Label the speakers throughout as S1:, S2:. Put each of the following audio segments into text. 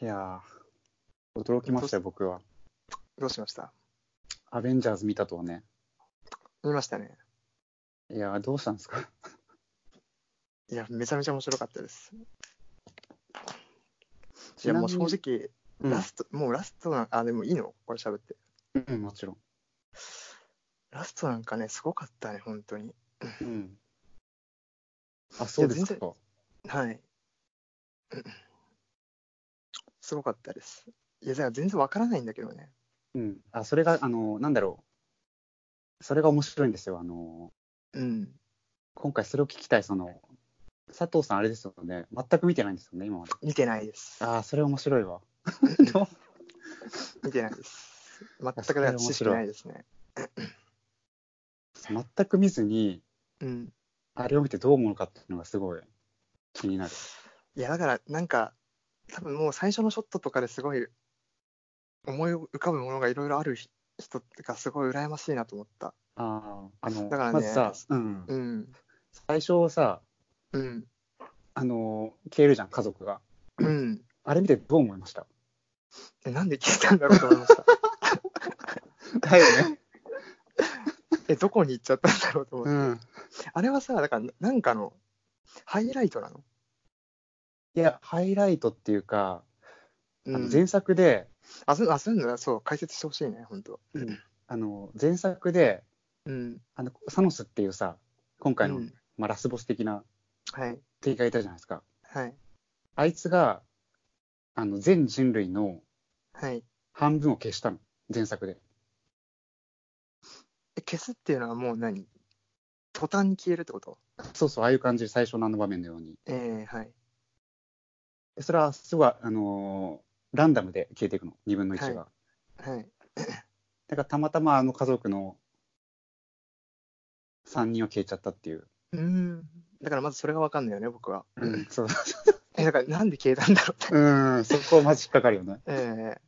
S1: いやー、驚きましたよ、僕は。
S2: どうしました
S1: アベンジャーズ見たとはね。
S2: 見ましたね。
S1: いやー、どうしたんですか
S2: いや、めちゃめちゃ面白かったです。い
S1: ち
S2: や、
S1: なみ
S2: もう
S1: に
S2: 正直、
S1: うん
S2: ラスト、もうラストなんあ、でもいいのこれ喋って。
S1: うん、もちろん。
S2: ラストなんかね、すごかったね、本当に。
S1: うん。あ、そうです
S2: いや全
S1: か。
S2: はい。うんすごかったです。いや、だから全然わからないんだけどね。
S1: うん。あ、それが、あの、なんだろう。それが面白いんですよ。あの、
S2: うん。
S1: 今回それを聞きたい、その、佐藤さん、あれですよね。全く見てないんですよね、今まで。
S2: 見てないです。
S1: ああ、それ面白い わ。
S2: 見てないです。全くだ
S1: そ
S2: か
S1: れ
S2: ら
S1: 面白い
S2: 知識ないですね。
S1: 全く見ずに、
S2: うん。
S1: あれを見てどう思うのかっていうのがすごい気になる。
S2: いや、だから、なんか、多分もう最初のショットとかですごい、思い浮かぶものがいろいろある人人がすごい羨ましいなと思った。
S1: ああ、あの、
S2: だからね
S1: まずさ、うん、
S2: うん。
S1: 最初さ、
S2: うん。
S1: あの、消えるじゃん、家族が。
S2: うん。
S1: あれ見てどう思いました
S2: え、なんで聞いたんだろうと思いました。
S1: だよね。
S2: え、どこに行っちゃったんだろうと思っ
S1: う
S2: て。
S1: ん。
S2: あれはさ、だから、なんかの、ハイライトなの
S1: いや、ハイライトっていうか、あ
S2: う
S1: の
S2: ん
S1: 前作で、
S2: あ、そう、あ、そういうのだ、そう、解説してほしいね、本当。
S1: あの、前作で、
S2: うん。
S1: あの、サノスっていうさ、今回の、
S2: うん
S1: まあ、ラスボス的な
S2: はい。
S1: 敵がいたじゃないですか。
S2: はい。
S1: あいつが、あの、全人類の
S2: はい。
S1: 半分を消したの。前作で。
S2: え、消すっていうのはもう何途端に消えるってこと
S1: そうそう、ああいう感じで最初のあの場面のように。
S2: ええはい。
S1: でそれは、すごい、あのーランダムで消えていくの。2分の1が。
S2: ははい。
S1: だからたまたまあの家族の3人は消えちゃったっていう。
S2: うん。だからまずそれがわかんないよね、僕は。
S1: うん、そう。
S2: え、だからなんで消えたんだろうって。
S1: うん、そこまず引っかかるよね。
S2: ええ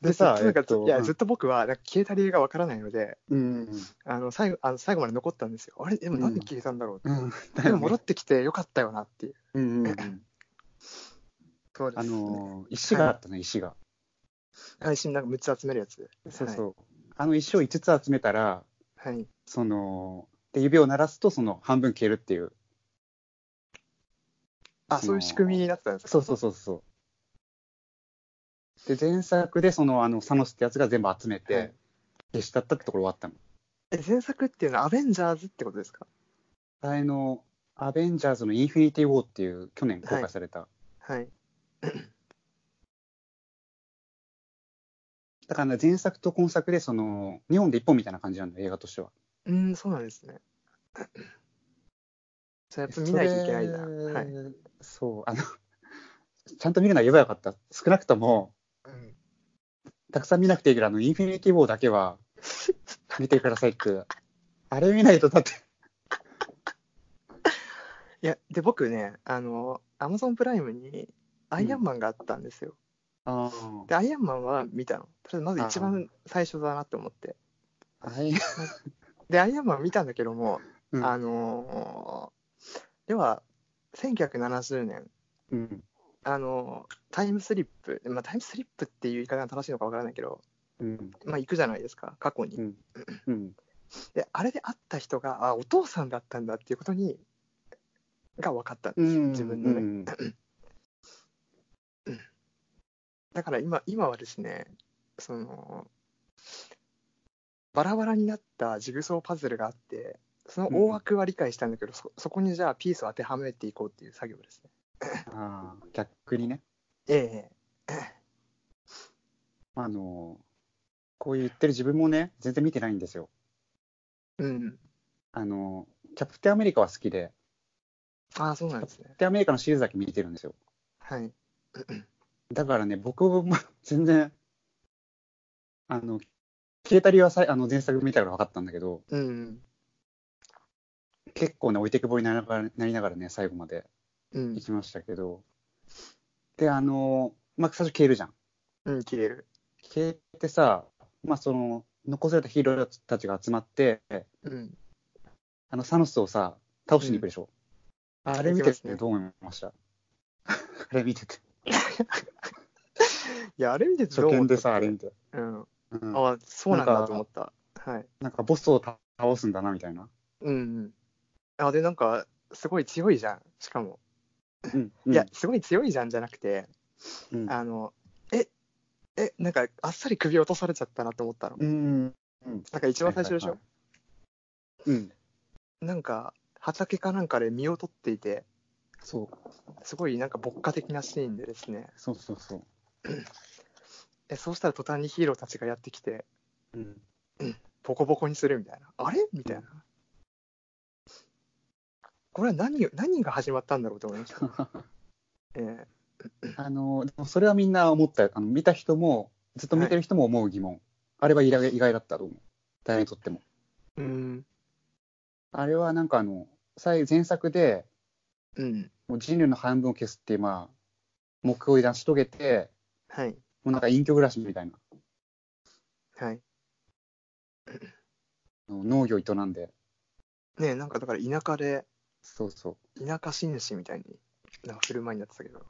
S1: でさ
S2: ずっとなんか
S1: えっと
S2: いや、
S1: うん
S2: ずっと僕は、なんか消えた理由がわからないので、
S1: うん。
S2: あの、最後、あの最後まで残ったんですよ。あれでもなんで消えたんだろ うって。
S1: うん。だ
S2: で
S1: よ
S2: も
S1: ね
S2: 戻ってきてよかったよなっていう。
S1: うんうん うん。
S2: そう
S1: あ
S2: ね、
S1: のー、石があったね、石が。
S2: 配信なんか6つ集めるやつ。
S1: そうそう。あの石を5つ集めたら、
S2: はい。
S1: その、で指を鳴らすと、その半分消えるっていう。
S2: あ、そういう仕組みになってたんですか
S1: そうそうそうそう。で、前作で、その、あの、サノスってやつが全部集め
S2: は
S1: て
S2: い、
S1: 消しちゃったってところはあったの。
S2: え、前作っていうのはアベンジャーズってことですか
S1: あの、アベンジャーズのインフィニティ・ウォーっていう、去年公開された。
S2: はい。
S1: だから、ね、前作と今作で、その、日本で一本みたいな感じなんだよ、映画としては。
S2: うん、そうな んですね。そうやっぱ見ないといけないんだ。
S1: それ
S2: はい。
S1: そう、あの、ちゃんと見るのは言えばよかった。少なくとも、
S2: うん
S1: たくさん見なくていいけど、あの、インフィニティ・ウォーだけは、見てくださいって。あれ見ないと、だって、
S2: いや、で、僕ね、あの、アマゾンプライムにアイアンマンがあったんですよ。
S1: あ
S2: で、アイアンマンは見たの。ただ、まず一番最初だなって思って。
S1: あい
S2: で、アイアンマン見たんだけども、
S1: うん
S2: あのー要は、1970年、
S1: うん、
S2: あのータイムスリップ、まあ、タイムスリップっていう言い方が正しいのかわからないけど、
S1: うん、
S2: まあ、行くじゃないですか、過去に。
S1: うん、うん、
S2: であれで会った人があお父さんだったんだっていうことにが分かった
S1: うん、
S2: 自分のね
S1: うん
S2: だから今今はですねそのバラバラになったジグソーパズルがあってその大枠は理解したんだけど、そそこにじゃあピースを当てはめていこうっていう作業ですね
S1: あー逆にね、
S2: え
S1: あの、こう言ってる自分もね、全然見てないんですよ。
S2: えうん
S1: あの、キャプテンアメリカは好きで、
S2: ああそうなんです
S1: キャ
S2: ね
S1: プテンアメリカのシリーズだけ見てるんですよ。
S2: はい
S1: だからね、僕も 全然、あの、消えた理由はさいあの前作見たから分かったんだけど、
S2: うん
S1: 結構ね、置いてけぼりになりながらなりながらね、最後まで
S2: うん
S1: 行きましたけど、で、あの、まあ、最初消えるじゃん。
S2: うん切れる
S1: 消えてさ、まあ、その、残されたヒーローたちが集まって、
S2: うん
S1: あ の、サノスをさ、倒しに行くでしょ。あれ見
S2: 行き
S1: て
S2: ますね
S1: てどう思いましたれ見てて、
S2: いや、あれ見てて
S1: 初
S2: どう思
S1: 見
S2: っ
S1: で
S2: た
S1: さ、あれ見
S2: って
S1: て。
S2: うん。
S1: うん、
S2: あそうなんだと思った。はい。
S1: なんかボスを倒すんだな、みたいな。
S2: うんうん。あ、で、なんか、すごい強いじゃん。しかも。
S1: うん。
S2: いや、すごい強いじゃんじゃなくて、
S1: うん、
S2: あの、え、え、なんか、あっさり首落とされちゃったなと思ったの。
S1: うん。
S2: なんか一番最初でし
S1: は
S2: ょ
S1: いうん。
S2: なんか、畑かなんかで身を取っていて、
S1: そう、
S2: すごいなんか牧歌的なシーンでですね、
S1: そうそうそう。
S2: えそうしたら途端にヒーローたちがやってきて、
S1: うん。
S2: ボコボコにするみたいな。あれみたいな。これは何を何が始まったんだろうと思いました。 ええ
S1: あの、でもそれはみんな思ったよ。あの見た人も、ずっと見てる人も思う疑問。あれは意外意外だったと思う。誰にとっても。
S2: うん。
S1: あれはなんかあの、最前作で、
S2: うん。
S1: もう人類の半分を消すっていう、まあ、目標を成し遂げて、
S2: はい。
S1: もうなんか隠居暮らしみたいな、
S2: はい。
S1: あの農業営んで、
S2: ねえ、なんかだから田舎で、
S1: そうそう。
S2: 田舎紳士みたいに、なんか振る舞いになってたけど。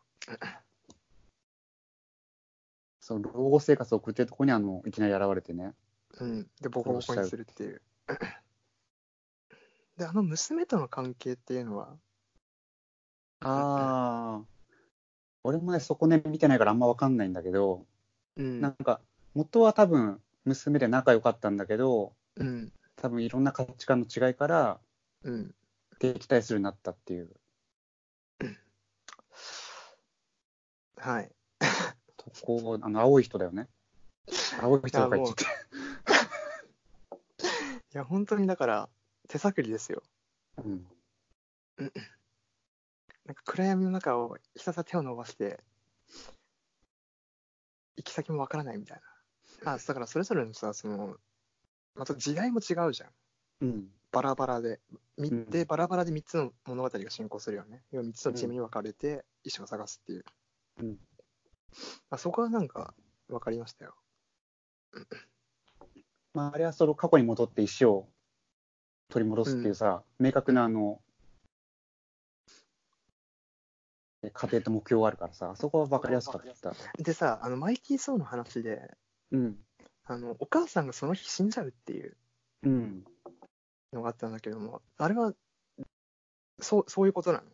S1: そう老後生活を送ってるとこにあのいきなり現れてね、
S2: うん。で、ボコボコにするっていう。で、あの娘との関係っていうのは、
S1: ああ、俺もね、そこね、見てないからあんまわかんないんだけど、
S2: うん。
S1: なんか、元は多分、娘で仲良かったんだけど、
S2: うん。
S1: 多分いろんな価値観の違いから
S2: うん。
S1: 敵対するようになったっていう
S2: はい。
S1: とこ、あの青い人だよね。青い人とか言ってて、
S2: いや、本当にだから、手探りですよ。
S1: うん、
S2: なんか暗闇の中をひたすら手を伸ばして、行き先もわからないみたいな。あ、だからそれぞれのさ、その、また時代も違うじゃん。
S1: うん、
S2: バラバラで。み
S1: うん
S2: で、バラバラで3つの物語が進行するよね。要は3つのチームに分かれて、衣装を探すっていう。
S1: うん
S2: あそこはなんか、分かりましたよ。
S1: まあ、あれはその過去に戻って石を取り戻すっていうさ、明確なあの家庭と目標があるからさ、あそこは分かりやすかった。
S2: でさ、あの、マイティー・ソーの話で、
S1: うん、
S2: あの、お母さんがその日死んじゃうっていう
S1: うん、
S2: のがあったんだけども、あれは、そう、そういうことなの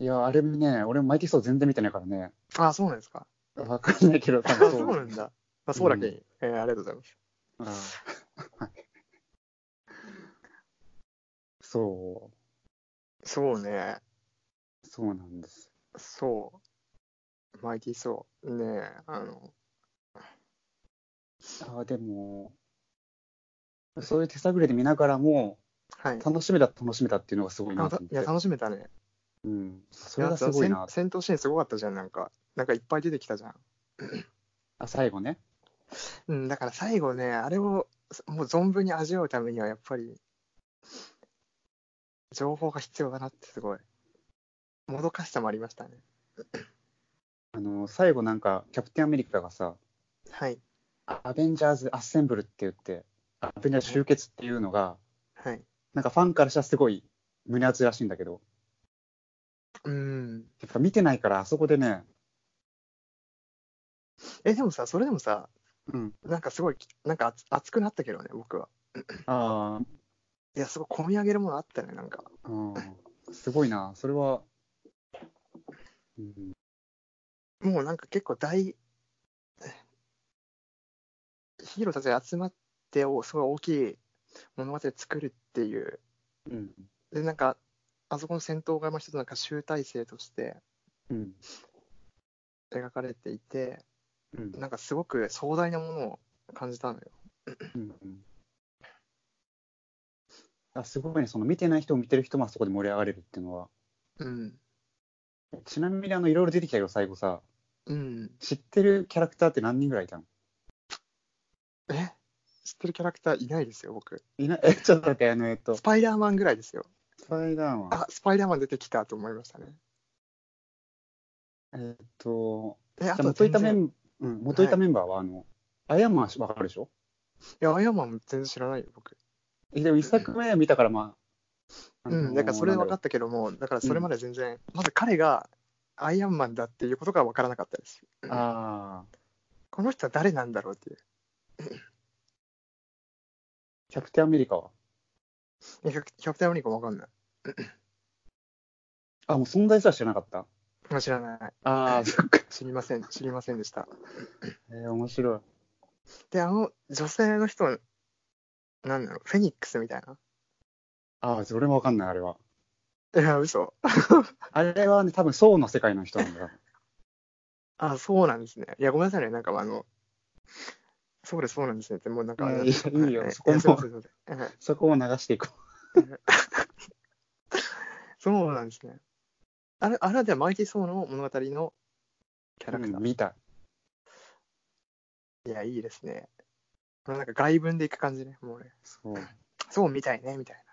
S1: いや、あれね、俺もマイティソー全然見てないからね、
S2: ああ、そうなんですか。
S1: 分かんないけど、多
S2: あ
S1: 分
S2: そうなんだ。まあ、そうだけに、えーありがとうございます。
S1: ああ そ
S2: そうね。
S1: う、そうなんです。
S2: そう。マイティー・ソー。ねえ、あの、
S1: ああでも、そういう手探りで見ながらも、
S2: はい。
S1: 楽しめた、楽しめたっていうのがすごい
S2: あ
S1: なと
S2: た
S1: 思
S2: い
S1: っ
S2: や、
S1: て。
S2: 楽しめたね。
S1: うん、それがすごい
S2: い
S1: な
S2: や。戦戦闘シーンすごかったじゃん、なんか。なんかいっぱい出てきたじゃん。
S1: あ、最後ね。
S2: うん、だから最後ね、あれをもう存分に味わうためには、やっぱり、情報が必要だなってすごい。もどかしさもありましたね。
S1: あの最後なんかキャプテンアメリカがさ
S2: はい、
S1: アベンジャーズ・アッセンブルって言ってアベンジャーズ集結っていうのが
S2: はい。
S1: なんかファンからしたらすごい胸熱らしいんだけど
S2: うん。
S1: やっぱ見てないからあそこでね、
S2: え、でもさ、それでもさ、
S1: うん、
S2: なんかすごい、なんか熱熱くなったけどね、僕は。
S1: あー
S2: いや、すごい込み上げるものあったね、なんか。
S1: あーすごいなそれは、うん、
S2: もうなんか結構大、ヒーローたちが集まってを、すごい大きい物語を作るっていう。
S1: うん
S2: で、なんか、あそこの戦闘がまあ一つなんか集大成として
S1: うん
S2: 描かれていて、
S1: うん
S2: なんかすごく壮大なものを感じたのよ。
S1: うんうんあすごいねその見てない人も見てる人もあそこで盛り上がれるっていうのは
S2: うん。
S1: ちなみにあのいろいろ出てきたけど最後さ
S2: うん。
S1: 知ってるキャラクターって何人ぐらいいたの
S2: え知ってるキャラクターいないですよ、僕。
S1: いない えちょっと待ってあのえっと
S2: スパイダーマンぐらいですよ。
S1: スパイダーマン。
S2: あ、スパイダーマン出てきたと思いましたね。
S1: えーっと、
S2: え、あ
S1: じゃあ
S2: と
S1: 元い
S2: 全
S1: たメ
S2: 然、い
S1: ン、うん、元いたメンバーは、あの、アイアンマンわかるでしょ
S2: や、アイアンマンも全然知らないよ、僕。
S1: えでも一作目見たから、まあ。。
S2: うん、だからそれ分かったたけども、だからそれまで全然、まず彼がアイアンマンだっていうことが分からなかったです。
S1: ああ、
S2: この人は誰なんだろうっていう。
S1: キャプテンアメリカは。
S2: いやキャプキャプテンアメリカも分かんない
S1: あ、もう存在すら知らなかった。。
S2: もう知らない。
S1: あ あ、そっか。
S2: 知りません。知りませんでした。
S1: えー、面白い。
S2: で、あの女性の人、なんだろう、フェニックスみたい
S1: ああ、それもわかんない、あれは。
S2: な。いや、嘘。
S1: あれはね、多分、層の世界の人なんだ。
S2: あ、そうなんですね。いや、ごめんなさいね。なんかあの、そうです、そうなんですねって、もうなんか、
S1: いやいやいいよ
S2: は
S1: そこも
S2: いやすいませんすいませんはい
S1: そこを流していこ
S2: そうなんですね。あれ、あれはではマイティ・ソーの物語のキャ
S1: う。
S2: ラクター。
S1: 見た。
S2: いや、いいですね。これなんか外文でいく感じね。もうね、
S1: そう。
S2: そうみたいね、みたい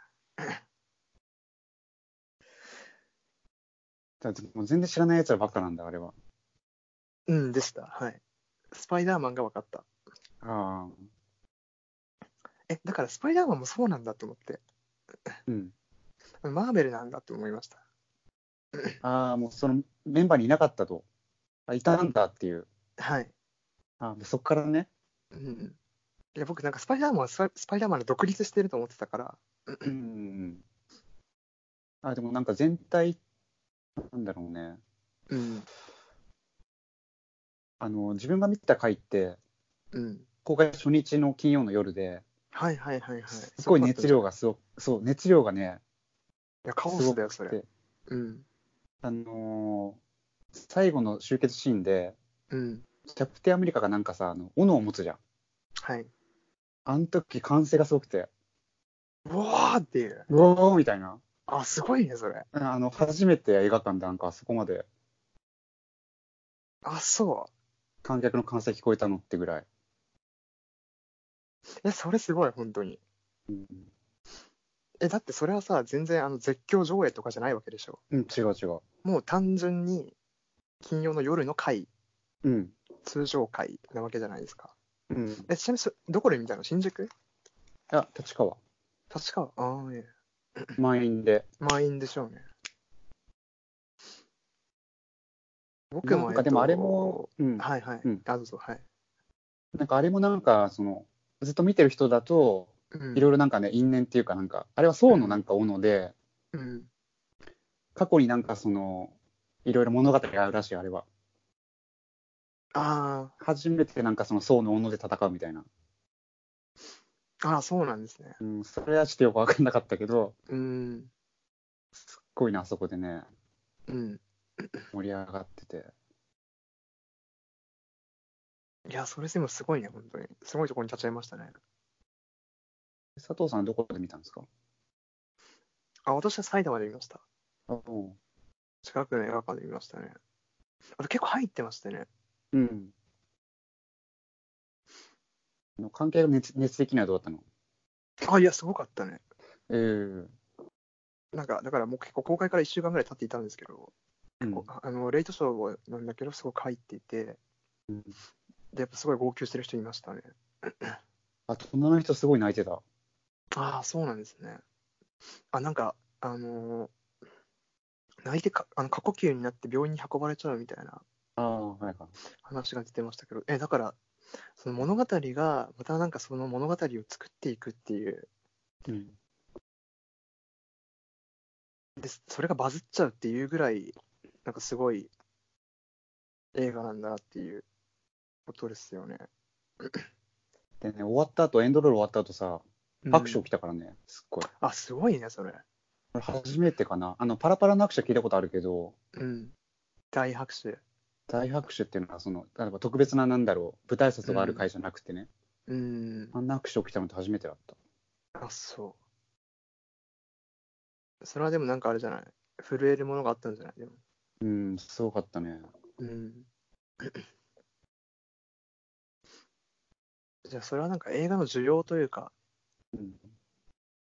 S1: だってもう全然知らないやつらばっかなんだ、あれは。
S2: な。うん、でした。はい。スパイダーマンが分かった。
S1: あ
S2: え、だからスパイダーマンもそうなんだと思って、
S1: あ、うん。
S2: マーベルなんだと思いました。
S1: ああ、もうそのメンバーにいなかったと。あ、いたんだっていう。
S2: はい。
S1: あーそっからね。
S2: うん。いや、僕なんかスパイダーマンはスパスパイダーマンで独立してると思ってたから、
S1: うんうん。あ、でもなんか全体、なんだろうね。
S2: うん。
S1: あの、自分が見た回って、
S2: うん。
S1: 公開初日の金曜の夜で、
S2: はいはいはいはい。す
S1: すごい熱。量がすごく、そう、熱量がね、
S2: いや、カオスだよ、
S1: す
S2: そ
S1: ごく
S2: れ。
S1: て
S2: うん。
S1: あのー最後の集結シーンで、
S2: うん。
S1: キャプテンアメリカがなんかさ、あの斧を持つじゃん。
S2: はい。
S1: あの時歓声がすごくて、
S2: うわーっていう。
S1: うおーみたいな。
S2: あ、すごいね、それ。
S1: あの、初めて映画館でなんかあそこまで
S2: あ、そ
S1: 観客の歓声聞こえたのってぐらい。
S2: う。え、それすごい、本当に。
S1: うん、
S2: え、だってそれはさ、全然あの絶叫上映とかじゃないわけでしょ。
S1: うん、違う違う。
S2: もう単純に、金曜の夜の会、
S1: うん。
S2: 通常会なわけじゃないですか。
S1: うん、い
S2: え、ちなみにそ、どこで見たの新宿
S1: や、立川。
S2: 確か、ああ、ええ。
S1: 満員で。
S2: 満員でしょうね。僕も、
S1: なん
S2: え
S1: か
S2: っ
S1: で
S2: と
S1: もあれも、うん、
S2: はいはい。
S1: うん
S2: あ、どうぞ、はい。
S1: なんかあれもなんか、その、ずっと見てる人だと、
S2: うん、
S1: いろいろなんかね、因縁っていうかなんか、あれは宋のなんか斧で、
S2: うん。
S1: 過去になんかその、いろいろ物語があるらしい、あれは。
S2: あ
S1: 初めてなんかその宋の斧で戦うみたいな。
S2: あ、ああ、そうなんですね。
S1: うん、それはちょっとよくわかんなかったけど、
S2: うん。
S1: すっごいな、あそこでね、
S2: うん。
S1: 盛り上がってて。
S2: いや、それでもすごいね、本当に。すごいところに立ち会いましたね。
S1: 佐藤さんはどこで見たんですか
S2: あ、私は埼玉で見ました。
S1: あうん
S2: 近くの映画館で見ましたね。あと結構入ってましたね。
S1: うん。あの関係の熱熱的にはどうだったの
S2: あ、いや、すごかったね。
S1: ええ
S2: なんか、だからもう結構公開から1週間ぐらい経っていたんですけど、
S1: うん
S2: こうあのレイトショーなんだけど、すごく入っていて、
S1: うん
S2: で、やっぱすごい号泣してる人いましたね。
S1: あ、女の人すごい泣いてた。
S2: ああ、そうなんですね。あ、なんか、あのー泣いてかあの過呼吸になって病院に運ばれちゃうみたいな
S1: ああ、はいはい。
S2: 話が出てましたけど、え、だから、その物語が、またなんかその物語を作っていくっていう、
S1: うん、
S2: でそれがバズっちゃうっていうぐらい、なんかすごい映画なんだなっていうことですよね。
S1: でね、終わった後、エンドロール終わった後さ、拍手
S2: うん
S1: 起きたからね、すっごい。
S2: あ、すごいね、それ。
S1: これ初めてかな。あの、パラパラの拍手は聞いたことあるけど、
S2: うん。大拍手。
S1: 大拍手っていうのは、その、例えば特別な、なんだろう、舞台挨拶がある会じゃなくてね、
S2: うん。
S1: あんな拍手起きたのって初めてだった。
S2: あ、そう。それはでもなんかあれじゃない震えるものがあったんじゃないでも。
S1: うん、すごかったね。
S2: うん。 じゃあそれはなんか映画の需要というか、
S1: うん、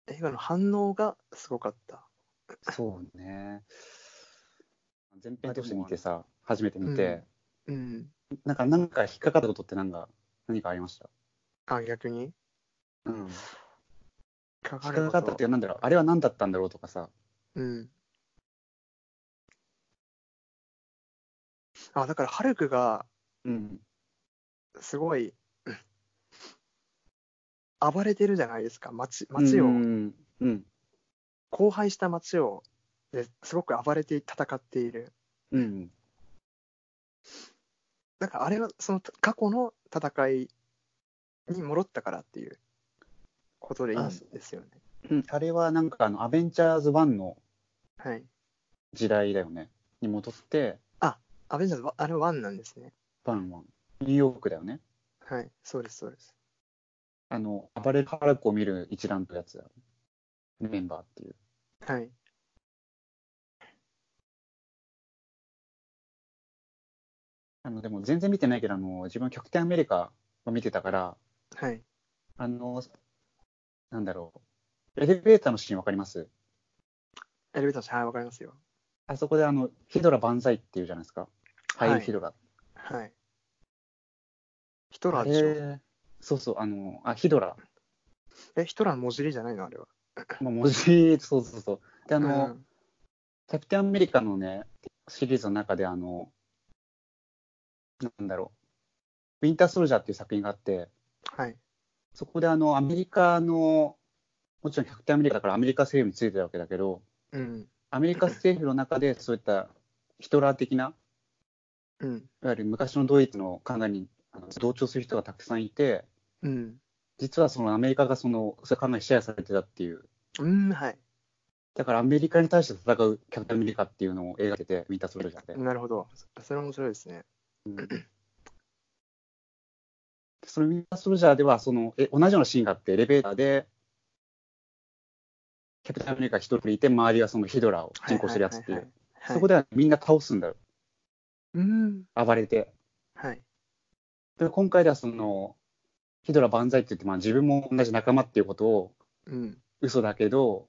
S2: 映画の反応がすごかった。
S1: そうね。前編として見てさ、初めて見て、
S2: うん。
S1: なんか、なんか引っかかったことってなんか、何かありました
S2: あ、逆に
S1: うん。引っ
S2: かかる
S1: か
S2: こ
S1: か
S2: と
S1: ったっていうか、なんだろう、あれは何だったんだろうとかさ、
S2: うん。あだからハルクが
S1: うん。
S2: すごいうん暴れてるじゃないですか街街を、
S1: うん。うん。
S2: 荒廃した街をですごく暴れて戦っている
S1: うん。
S2: だからあれはその過去の戦いに戻ったからっていうことでいいんですよね
S1: うんあれはなんかあの、アベンジャーズ1の
S2: はい
S1: 時代だよね。に戻って、
S2: アベンジャーズはあれワンなんですね
S1: バンはニューヨークだよね。
S2: はいそうですそうです
S1: あの、暴れるハラクを見る一覧とやつだよね。メンバーっていう。
S2: はい
S1: あの、でも全然見てないけど、あの、自分はキャプテンアメリカを見てたから、
S2: はい
S1: あの、なんだろう。エレベーターのシーンわかります
S2: エレベーターの下はいわかりますよ
S1: あそこであの、ヒドラ万歳っていうじゃないですか。ハイ
S2: は
S1: ル
S2: い
S1: ヒドラ。
S2: はいヒト
S1: あ
S2: ラーでしょ
S1: れそうそう、あの、あ、ヒドラ。
S2: えヒトラーの文字りじゃないのあれは
S1: まあ、文字、そうそうそう。で、あ
S2: あ
S1: の、キャプテンアメリカのね、シリーズの中で、あの、なんだろう、ウィンターソルジャーっていう作品があって、
S2: はい
S1: そこであの、アメリカの、もちろんキャプテンアメリカだからアメリカ政府についてたわけだけど、
S2: うん
S1: アメリカ政府の中でそういったヒトラー的な、
S2: うん
S1: いわゆる昔のドイツのかなりあの同調する人がたくさんいて、
S2: うん
S1: 実はそのアメリカがその、それかなりシェアされてたっていう、
S2: うんはい
S1: だからアメリカに対して戦うキャプテンアメリカっていうのを描いてて、ウィンターソルジャーで。
S2: なるほど。そそれ面白いですね。
S1: そのウィンター・ソルジャーではそのえ、同じようなシーンがあって、エレベーターで、キャプテン・アメリカ一人いて、周りはそのヒドラーを
S2: はい
S1: 進行してるやつってい
S2: は
S1: う、
S2: はい
S1: そこではみんな倒すんだよ、
S2: うん。
S1: 暴れて。
S2: はい。
S1: で今回ではその、ヒドラ万歳って言って、まあ、自分も同じ仲間っていうことを、
S2: うん。
S1: 嘘だけど、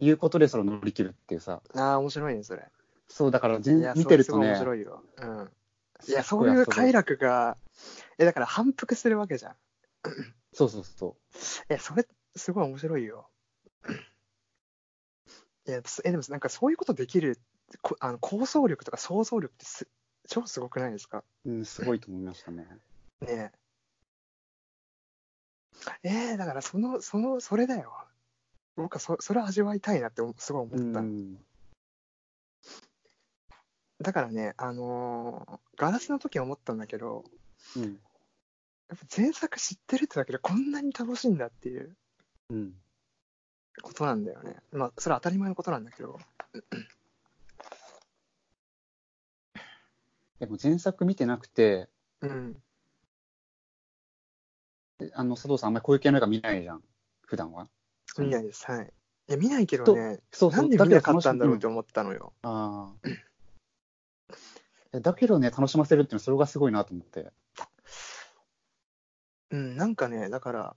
S1: いうことでそれを乗り切るっていうさ、
S2: ああ、面白いね、それ。
S1: そうだから
S2: い
S1: 全
S2: や、
S1: 見てると
S2: それ
S1: ね
S2: す、ごい面白いよ。うん。いや、そういう快楽が、え、だから反復するわけじゃん。
S1: そうそうそう。
S2: え、それ、すごい面白いよ。いや、すえ、でもなんかそういうことできる、こあの構想力とか想像力ってす超すごくないですか
S1: うん、すごいと思いましたね。
S2: ねえ。えー、だからその、その、それだよ。僕はそそれ味わいたいなっておすごい思
S1: う
S2: った。
S1: ん。
S2: だからね、あのーガラスの時思ったんだけど、
S1: うん。
S2: やっぱ前作知ってるってだけでこんなに楽しいんだっていう
S1: うん。
S2: ことなんだよね。まあ、それは当たり前のことなんだけど。
S1: でも前作見てなくて、
S2: うん。
S1: あの佐藤さん、あんまりこういう系の映画見ないじゃん、普段は。
S2: 見ないです。はい。いや、見ないけど
S1: と
S2: ね、
S1: そう
S2: な
S1: そ
S2: ん
S1: う、
S2: で見なかったんだろうっ
S1: と
S2: て思ったのよ。
S1: ああいやだけどね、楽しませるっていうのは、それがすごいなと思って。
S2: うん、なんかね、だから、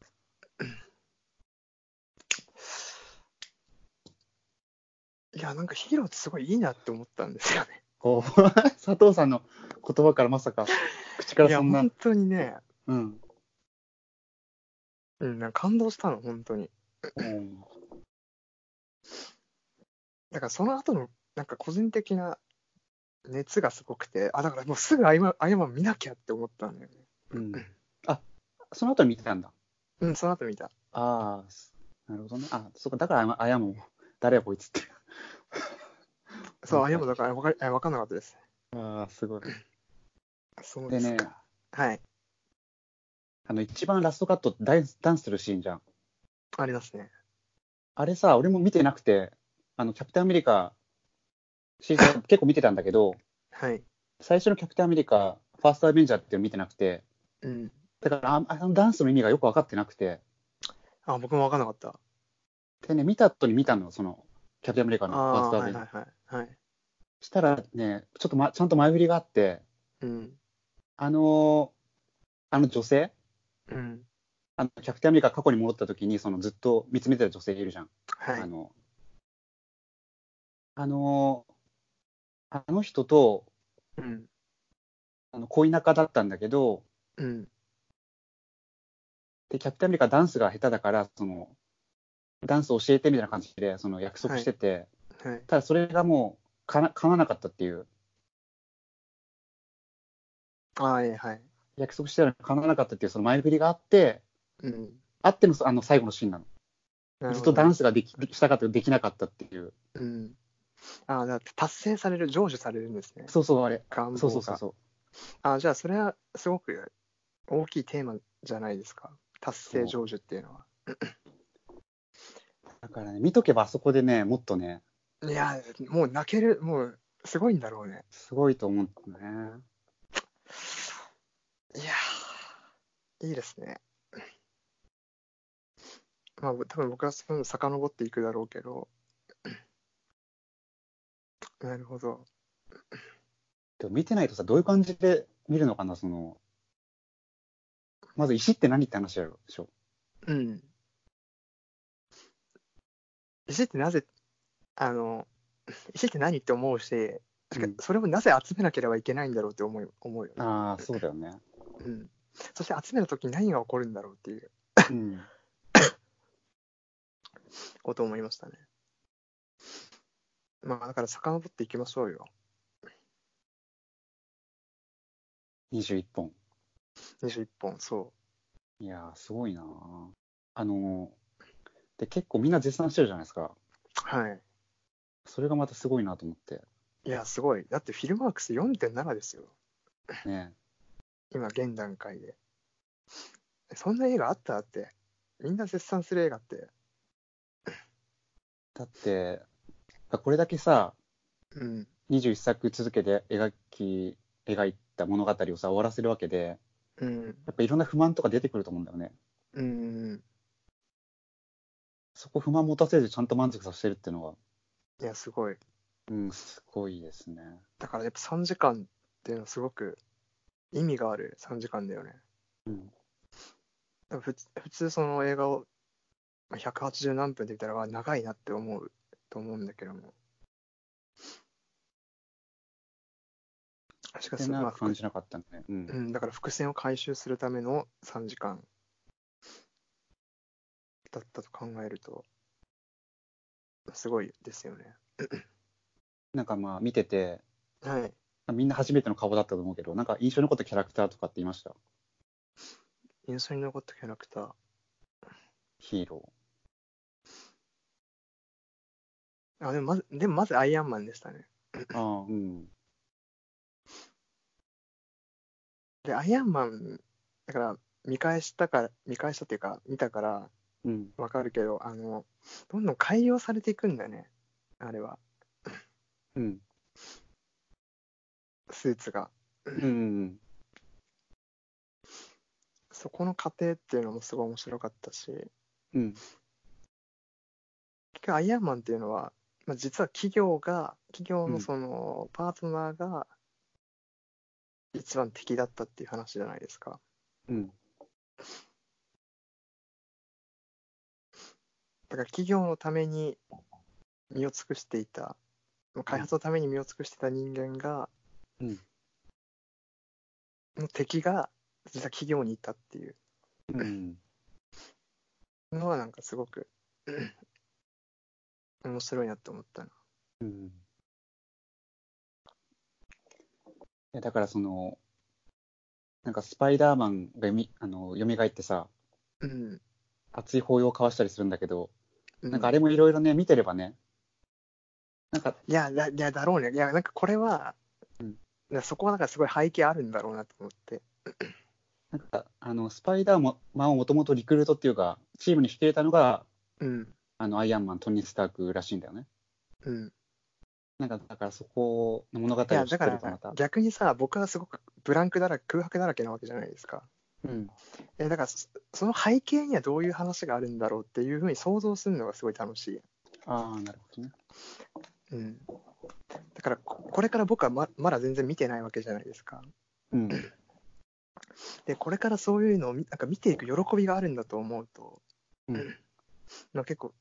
S2: いや、なんかヒーローってすごいいいなって思ったんですよね。
S1: こう 佐藤さんの言葉からまさか、口から
S2: いや、
S1: そんな
S2: 本、当にね、
S1: うん、
S2: うん、なんか感動したの、本当に。
S1: うん
S2: だからその後の、なんか個人的な熱がすごくて、あ、だからもうすぐ合間合間見なきゃって思ったんだよね。
S1: うん、あその後見てたんだ。
S2: うん、その後見た。
S1: ああ、なるほどね。あそっか、だからあや、あやも、誰やこいつって。
S2: そう、
S1: はい
S2: 合間だから分かりあ分かんなかったです。
S1: ああ、すごい。
S2: そうで
S1: ですね
S2: か。、はい、
S1: あの一番ラストカットってダンスダンスするシーンじゃん。
S2: ありますね。
S1: あれさ、俺も見てなくて、あの、キャプテンアメリカ、シー ズン結構見てたんだけど、
S2: はい。
S1: 最初のキャプテンアメリカ、ファーストアベンジャーっていうの見てなくて、
S2: うん。
S1: だからあ、あのダンスの意味がよく分かってなくて、
S2: あ、僕も分かんなかった。
S1: でね、見た後に見たのよ、その、キャプテンアメリカ
S2: あ
S1: のファース
S2: あー、
S1: トア
S2: は
S1: ベ
S2: い
S1: ンジャ
S2: は
S1: ー。
S2: いはい。はい。
S1: したらね、ちょっと、ま、ちゃんと前振りがあって、
S2: うん。
S1: あのーあの女性、
S2: うん。
S1: あのキャプテンアメリカ過去に戻った時に、そのずっと見つめてた女性いるじゃん。
S2: はい
S1: あ。の、あのーあの人と、
S2: うん。
S1: あの恋仲だったんだけど、
S2: うん。
S1: で、キャプテンアメリカダンスが下手だから、その、ダンス教えてみたいな感じで、その約束してて、
S2: はい。
S1: ただそれがもうかな、叶わなかったっていう。
S2: はいはい。
S1: 約束してたのに叶わなかったっていうその前振りがあって、
S2: うん。
S1: あってのあの最後のシーンな
S2: な
S1: の。
S2: る
S1: ずっ
S2: ほ
S1: と
S2: ど
S1: ダンスができしたかったけどできなかったっていう。
S2: うん。ああ、だって達成される、成就されるんですね。
S1: そうそう、あれ。
S2: 願望が。
S1: そうそうそうそう。
S2: ああ、じゃあそれはすごく大きいテーマじゃないですか。達成成
S1: そ
S2: 就っていうのは。
S1: だからね、見とけばあそこでね、もっとね、
S2: いや、もう泣ける、もうすごいんだろうね。
S1: すごいと思うんだね。
S2: いやーいいですね。まあ、多分僕はそういうの遡っていくだろうけど。 なるほど。
S1: でも見てないとさ、どういう感じで見るのかな、その、まず石って何って話やるでしょ。
S2: うん。石ってなぜ、あの、石って何って思うし、
S1: うん
S2: それをなぜ集めなければいけないんだろうって思う思うよね。
S1: ああ、そうだよね。
S2: うん。そして集めたときに何が起こるんだろうっていう
S1: うん。
S2: ことを思いましたね。まあ、だから遡っていきましょうよ。
S1: 21本。
S2: 21本、そ
S1: いやー、すごいなーあのー、で、結構みんな絶賛してるじゃないですか。
S2: う。はい。
S1: それがまたすごいなと思って。
S2: いや、すごい。だってフィルマークス4.7ですよ。
S1: ね。
S2: 今、現段階で。そんな映画あっただって。みんな絶賛する映画って。
S1: だって、これだけさ、
S2: うん。
S1: 21作続けて描き、描いた物語をさ、終わらせるわけで、
S2: うん。
S1: やっぱいろんな不満とか出てくると思うんだよね。
S2: うん。
S1: そこ不満持たせずちゃんと満足させてるっていうのは、
S2: いや、すごい。
S1: うん、すごいですね。
S2: だからやっぱ3時間っていうのはすごく意味がある3時間だよね。
S1: うん。
S2: 多分普通普通その映画をまあ180何分で見たらあ長いなって思うと思うんだけども。しか
S1: で
S2: し、ま
S1: な
S2: あ
S1: んか感じなかったね。うん
S2: う。ん、だから伏線を回収するための3時間だったと考えると、すごいですよね。
S1: なんかまあ見てて、
S2: はい。
S1: みんな初めての顔だったと思うけど、なんか印象に残ったキャラクターとかっていました
S2: 印象に残ったキャラクター。
S1: ヒーロ
S2: あ、でもまず、でもまずアイアンマンでしたね。
S1: ー。ああ、うん。
S2: で、アイアンマン、だから見返したから、見返したっていうか、見たから、
S1: うん。
S2: わかるけど、あの、どんどん改良されていくんだよね、あれは、
S1: うん。
S2: スーツが。
S1: うん。
S2: そこの過程っていうのもすごい面白かったし、結
S1: うん。
S2: 局アイアンマンっていうのは、まあ、実は企業が、企業
S1: う
S2: の
S1: ん
S2: その、パートナーが、一番敵だったっていう話じゃないですか。
S1: うん。
S2: だから企業のために身を尽くしていた、まあ開発のために身を尽くしていた人間が、
S1: うん
S2: の敵が実は企業にいたっていう
S1: うん。
S2: のはなんかすごくうん面白いなって思ったな。
S1: うん。いや、だからその、なんかスパイダーマンがみあの蘇ってさ、
S2: うん。
S1: 熱い抱擁を交わしたりするんだけど、なんかあ
S2: れ
S1: れもいろいろね、見てればね、なんか、
S2: いやだ、いやだろうね。いや、なんかこれは、
S1: うん
S2: いやそこはなんかすごい背景あるんだろうなと思って。
S1: なんか、あの、スパイダーマンをもともとリクルートっていうか、チームに引き入れたのが、
S2: うん。
S1: あの、アイアンマン、トニー・スタークらしいんだよね。
S2: うん。
S1: なんか、だからそこの物語を
S2: い
S1: 知
S2: や、
S1: って
S2: だか
S1: るとま
S2: ら
S1: た。
S2: 逆にさ、僕はすごくブランクだらけ、空白だらけなわけじゃないですか。
S1: うん。
S2: えだからそその背景にはどういう話があるんだろうっていうふうに想像するのがすごい楽しい、
S1: ああ、なるほどね。
S2: うん、だからここれから僕はままだ全然見てないわけじゃないですか
S1: うん。
S2: でこれからそういうのをみなんか見ていく喜びがあるんだと思うと
S1: うん。
S2: なんか結構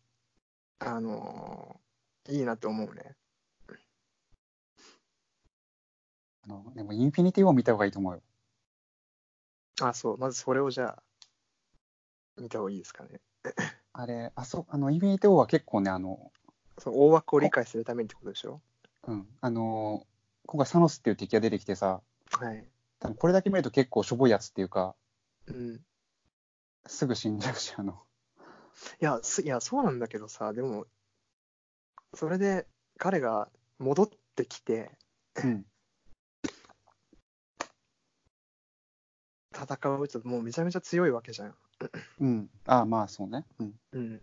S2: あのーいいなと思うね
S1: あの、でも、インフィニティを見た方がいいと思うよ。
S2: あそうまずそれをじゃあ見た方がいいですかね
S1: あれ、あそう、あの、インフィニティ王は結構ね、あの、
S2: その大枠を理解するためにってことでしょ
S1: うん、あのー今回サノスっていう敵が出てきてさ、
S2: はい
S1: 多分これだけ見ると結構しょぼいやつっていうか、
S2: うん。い
S1: すぐ死んじゃうし、あの、
S2: や、すいやそうなんだけどさ、でも、それで彼が戻ってきて
S1: うん。
S2: 戦うと、もうめちゃめちゃ強いわけじゃん。
S1: うん。ああ、まあそうね。うん。
S2: うん。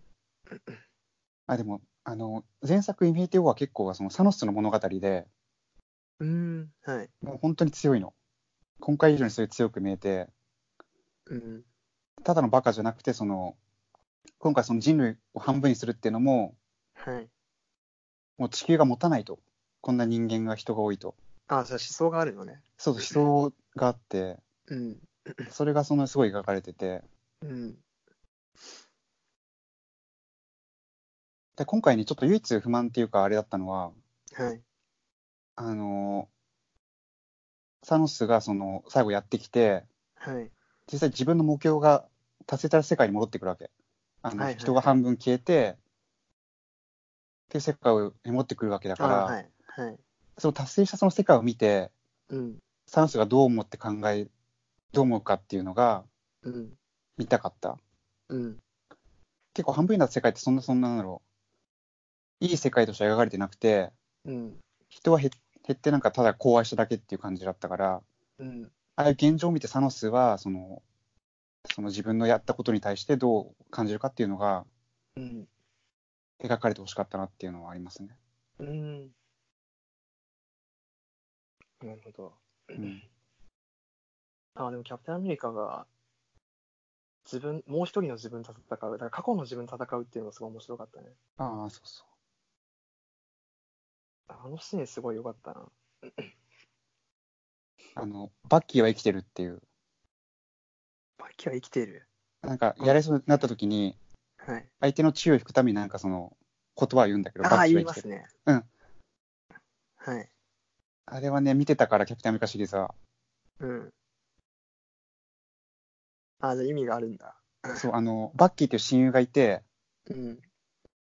S1: あ、でも、あの、前作インフィニティ・ウォーは結構そのサノスの物語で、
S2: うん。はい。
S1: もう本当に強いの。今回以上にそれ強く見えて、
S2: うん。
S1: ただのバカじゃなくて、その、今回その人類を半分にするっていうのも、
S2: はい。
S1: もう地球が持たないと。こんな人間が人が多いと。
S2: あ、じゃあ思想があるのね。
S1: そう、思想があって、
S2: うん。
S1: それがそのすごい描かれてて、
S2: うん。
S1: で今回ね、ちょっと唯一不満っていうか、あれだったのは、
S2: はい。
S1: あのサノスがその最後やってきて、
S2: はい。
S1: 実際自分の目標が達成された世界に戻ってくるわけ。あの
S2: はいはいはい
S1: 人が半分消えて、っていう世界に戻ってくるわけだ
S2: あ
S1: から、
S2: はい。はい。
S1: その達成したその世界を見て、
S2: うん。
S1: サノスがどう思って考え、どう思うかっていうのが
S2: うん。
S1: 見たかった。
S2: うん。
S1: 結構半分になった世界ってそんな、そんななんだろう。いい世界としては描かれてなくて、
S2: うん。
S1: 人は減減ってなんかただ後愛しただけっていう感じだったから、
S2: うん。
S1: ああいう現状を見てサノスはそのその自分のやったことに対してどう感じるかっていうのが
S2: うん。
S1: 描かれてほしかったなっていうのはありますね。
S2: うん。なるほど。
S1: うん、
S2: あ、でもキャプテンアメリカが、自分、もう一人の自分と戦う。だから過去の自分と戦うっていうのがすごい面白かったね。
S1: ああそうそ
S2: あのシーンすごい良かったな。
S1: うあのバッキーは生きてるっていう
S2: バキは生きている。
S1: なんかやれそうになった時に
S2: はい。
S1: 相手の注意を引くためになんかその言葉を言うんだけど
S2: ああ、
S1: キー
S2: 言
S1: はい生
S2: ま
S1: きて
S2: す
S1: る。
S2: ね。
S1: うん。
S2: はい。
S1: あれはね見てたからキャプテンアメリカシリーズは
S2: うん。あ、じゃあ意味があるんだ。
S1: そうあのバッキーっていう親友がいて
S2: うん。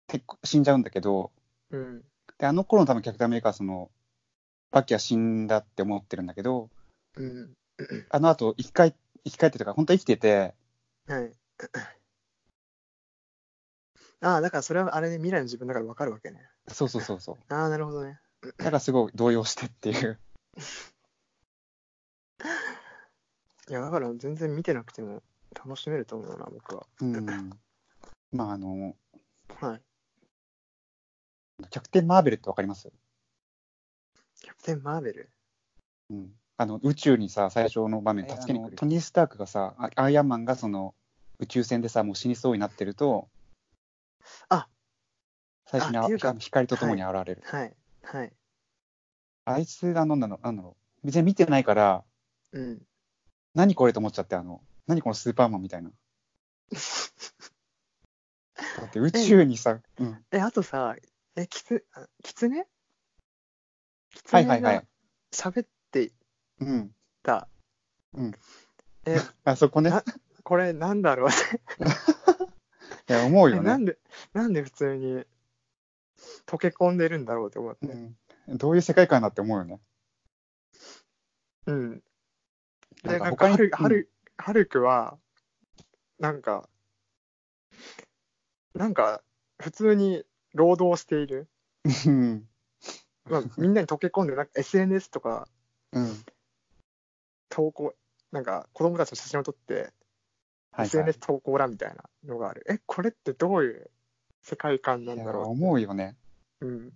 S1: 結構死んじゃうんだけど
S2: うん。
S1: であの頃の多分キャプテンアメリカはそのバッキーは死んだって思ってるんだけど
S2: うん。
S1: あの後生き返生き返ってというか本当は生きてて
S2: はい。ああ、だからそれはあれね、未来の自分だから分かるわけね。
S1: そうそうそうそう。
S2: ああ、なるほどね。
S1: だからすごい動揺してっていう。
S2: いや、だから全然見てなくても楽しめると思うな、僕は。
S1: うん。まああの、
S2: はい。
S1: キャプテン・マーベルってわかります
S2: キャプテン・マーベル。
S1: うん。あの、宇宙にさ、最初の場面、
S2: え
S1: 助けに来
S2: あ
S1: る。
S2: の
S1: トニー・スタークがさ、あアイアンマンがその、宇宙船でさ、もう死にそうになってると、
S2: あ
S1: 最初に
S2: あ
S1: あ
S2: っていうか
S1: 光とともに現れる。
S2: はい。はい。
S1: あいつがなんだろう、なんだろう。別に見てないから、
S2: うん。
S1: 何これと思っちゃって、あの、何このスーパーマンみたい な。だって宇宙にさ、うん。
S2: え、あとさ、え、キツ、あキツネキツ
S1: はい
S2: ネ
S1: はいは
S2: が
S1: い。
S2: 喋って
S1: うん。
S2: た。
S1: うん。
S2: え、
S1: あそこね。
S2: あこれなんだろう
S1: いや、思う
S2: え
S1: よね
S2: な。んで、なんで普通に溶け込んでるんだろうって思っ
S1: う
S2: て。
S1: んどういう世界観だって思うよね。
S2: うん。
S1: な
S2: で、
S1: んか
S2: なん
S1: 他
S2: か、
S1: に
S2: はる、
S1: うん
S2: はる、はるくは、なんか、なんか、普通に労働している。
S1: うん。
S2: まあ、みんなに溶け込んで、なんか SNS とか
S1: うん。
S2: 投稿、なんか子供たちの写真を撮って、
S1: はい、はい
S2: SNS 投稿らみたいなのがある。え、これってどういう世界観ないん
S1: や。
S2: だろ
S1: 思うよね。
S2: う。うん。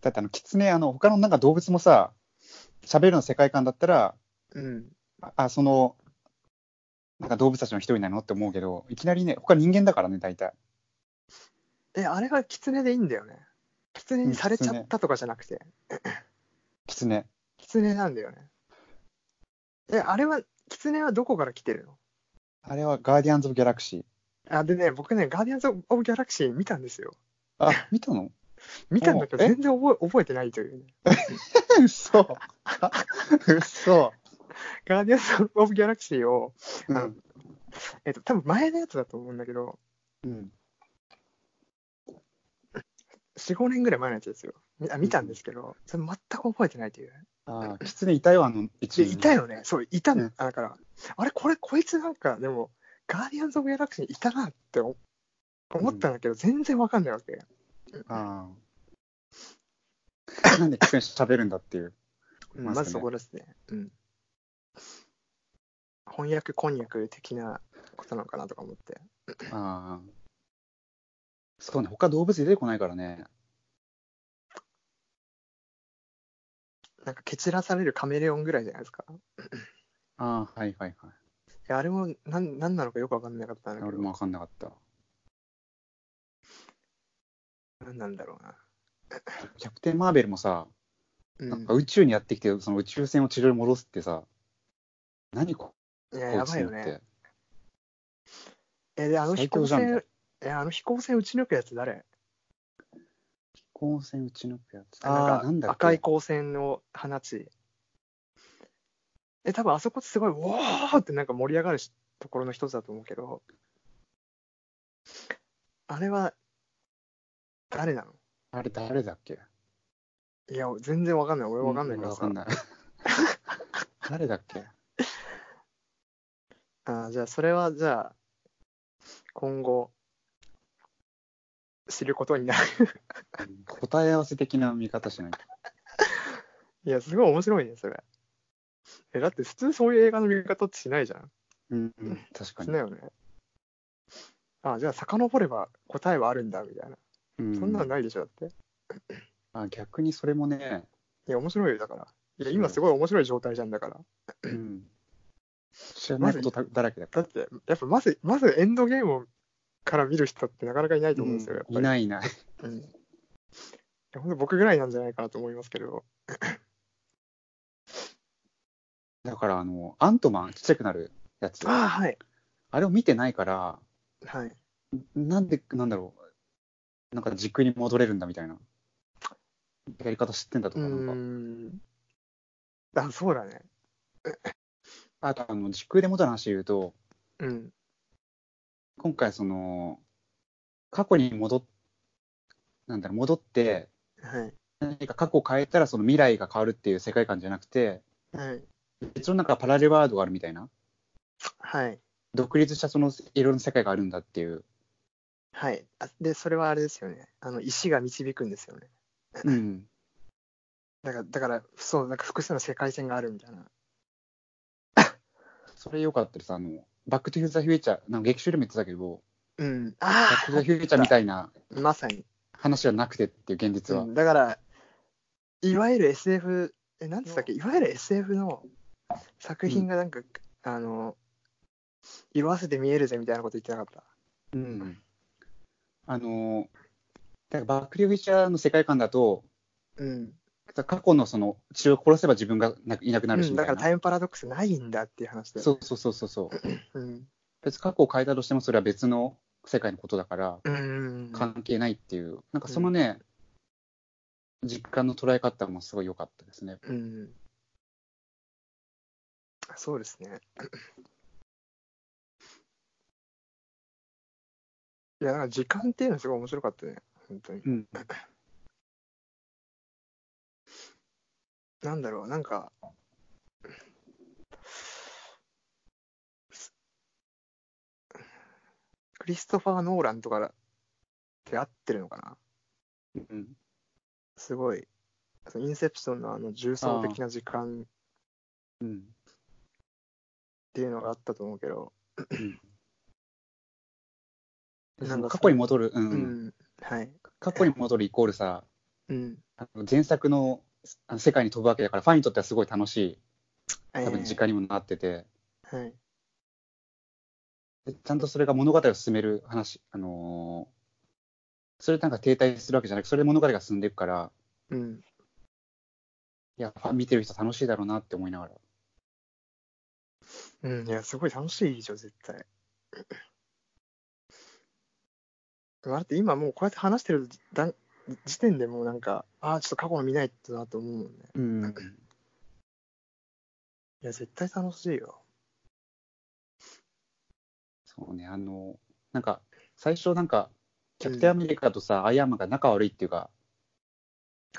S1: だってあの、キツネ、あの、他のなんか動物もさ、喋るの世界観だったら、
S2: うん。
S1: ああ、その、なんか動物たちの一人なのって思うけど、いきなりね、他人間だからね、大体。
S2: え、あれは狐でいいんだよね。狐にされちゃったとかじゃなくて。
S1: キツネ。
S2: 狐なんだよね。え、あれは、狐はどこから来てるの
S1: あれはガーディアンズ・オブ・ギャラクシー。
S2: あ、でね、僕ね、ガーディアンズ・オブ・ギャラクシー見たんですよ。
S1: あ、見たの
S2: 見たんだけど、
S1: おえ
S2: 全然覚え覚えてないという、ね。
S1: 嘘。嘘。
S2: ガーディアンズ・オブ・ギャラクシーを、
S1: う
S2: あの。えっと、多分前のやつだと思うんだけど、
S1: うん。
S2: 4、5年ぐらい前のやつですよ。みあ見たんですけど、それ全く覚えてないという。
S1: ああ、狐いたよ、あの一位
S2: で、
S1: に
S2: いたよね。そう、いたの。
S1: うん
S2: あだから、あれ、これ、こいつなんか、でも、ガーディアンズ・オブ・ギャラクシーにいたなって思思ったんだけど、全然わかんないわけ。
S1: ああ。なんで急に喋るんだっていう。
S2: うん
S1: まずね
S2: まずそこですね。うん。翻訳、こんにゃく的なことなのかなとか思って。
S1: ああ。そうね、他動物出てこないからね。
S2: なんか蹴散らされるカメレオンぐらいじゃないですか。い
S1: ああ、はいはいは
S2: や、あれもなんなんなのかよくわかんなかったん
S1: い。
S2: だけ
S1: 俺
S2: ど、
S1: も分かんなかった。
S2: なんなんだろうな。
S1: キャプテン・マーベルもさ、
S2: う
S1: なん
S2: ん
S1: か、宇宙にやってきて、その宇宙船を地上に戻すってさ、何こ
S2: い
S1: こ
S2: や、や
S1: いつ
S2: ばい
S1: の
S2: よ
S1: っ
S2: ね
S1: て。。
S2: え、で、あの飛
S1: 最
S2: 行
S1: 強じゃんみたい
S2: 船
S1: な、
S2: え、あの飛行船打ち抜くやつ誰
S1: 光線打ち抜くやつ。
S2: な
S1: あ
S2: ん
S1: あ、
S2: か
S1: なんだっけ
S2: 赤い光線を放ち。え、多分あそこってすごい、ウォーってなんか盛り上がるしところの一つだと思うけど、あれは、誰なの
S1: あれ誰だっけ
S2: いや、全然わかんない。俺わかんない
S1: うん俺
S2: から
S1: わ
S2: さ。
S1: かんない。 誰だっけ
S2: あーじゃあ、それは、じゃあ、今後、知ることになる。
S1: 答え合わせ的な見方しないと。
S2: いや、すごい面白いね、それ。え、だって普通そういう映画の見方ってしないじゃん。
S1: うん、うん確か
S2: し
S1: に。
S2: ないよね。あ、じゃあ、遡れば答えはあるんだ、みたいな。
S1: うん
S2: そんなのないでしょ、だって。
S1: あ逆にそれもね、
S2: いや、面白いよ、だから。いや、
S1: そう
S2: 今すごい面白い状態じゃんだから。
S1: うん知らないことだだらけだか
S2: だって、やっぱまず、まずエンドゲームをから見る人ってなかなかいないと
S1: ら。
S2: 思うんですよ、やっぱり。
S1: いないいない。
S2: うん。いや、ほんと僕ぐらいなんじゃないかなと思いますけど。
S1: だから、あの、アントマン、ちっちゃくなるやつ。
S2: ああ、はい。
S1: あれを見てないから、
S2: はい。
S1: なんで、なんだろう。なんか時空に戻れるんだみたいな。やり方知ってんだと
S2: う
S1: か、なんか。
S2: ん。あ、そうだね。
S1: あと、あの、時空で戻る話で言うと、
S2: うん。
S1: 今回、その、過去に戻っ、なんだろう、戻って、
S2: はい。
S1: 何か過去を変えたら、その未来が変わるっていう世界観じゃなくて、
S2: はい。
S1: 別のなんかパラレルワールドがあるみたいな。
S2: はい。
S1: 独立したそのいろいろな世界があるんだっていう、
S2: はい。あで、それはあれですよね。あの、石が導くんですよね。
S1: うん、
S2: だから、だから、そう、なんか複数の世界線があるみたいな。
S1: それ良かったですあのバック・トゥ・フューザー・フューチャーなんか劇中でも言ってたけど
S2: うん。
S1: バ
S2: あ
S1: ック・トゥ・ザ・フューチャーみたいな
S2: あ、まさに。
S1: 話はなくてっていう現実は、
S2: うんだから、いわゆる SF、え、なんつったっけ、いわゆる SF の作品がなんか、あの、色あせて見えるぜみたいなこと言ってなかった。
S1: うんあのだからバック・トゥ・フューチャーの世界観だと
S2: うん。
S1: 過去のその血を殺せば自分がなくいなくなるし
S2: うん
S1: みたい
S2: だか
S1: な、
S2: らタイムパラドックスないんだっていう話だ
S1: そ
S2: よ
S1: うそうそうそうそう
S2: ね。
S1: 別に過去を変えたとしてもそれは別の世界のことだから
S2: うん。うん。
S1: 関係ないっていう、なんかそのね、実感の捉え方もすごい良かったですね
S2: うん。そうですね。 いや、なんか時間っていうのはすごい面白かったね。本当に。
S1: うん
S2: なんだろう、なんか、クリストファー・ノーランとかって合ってるのかな
S1: うん
S2: すごい、そのインセプションのあの重層的な時間っ
S1: うん
S2: ていうのがあったと思うけど、
S1: な
S2: なんん
S1: か
S2: か
S1: 過去に戻る、うん
S2: う、ん、はい、
S1: 過去に戻るイコールさ、
S2: うん、
S1: あの前作のあの世界に飛ぶわけだから、ファンにとってはすごい楽しい、多分時間にもなってて、
S2: えーはい、
S1: でちゃんとそれが物語を進める話、あのーそれなんか停滞するわけじゃなくそれで物語が進んでいくから、
S2: うん、
S1: いや、ファン見てる人楽しいだろうなって思いながら。
S2: うん、いや、すごい楽しいでしょ、絶対。でもあれって今もうこうやって話してる段時点でもうなんか、ああ、ちょっと過去の見ないとなと思うもんね。
S1: うん、
S2: いや、絶対楽しいよ。
S1: そうね、あのなんか、最初なんか、キャプテンアメリカとさ、アイアンマンが仲悪いっていうか、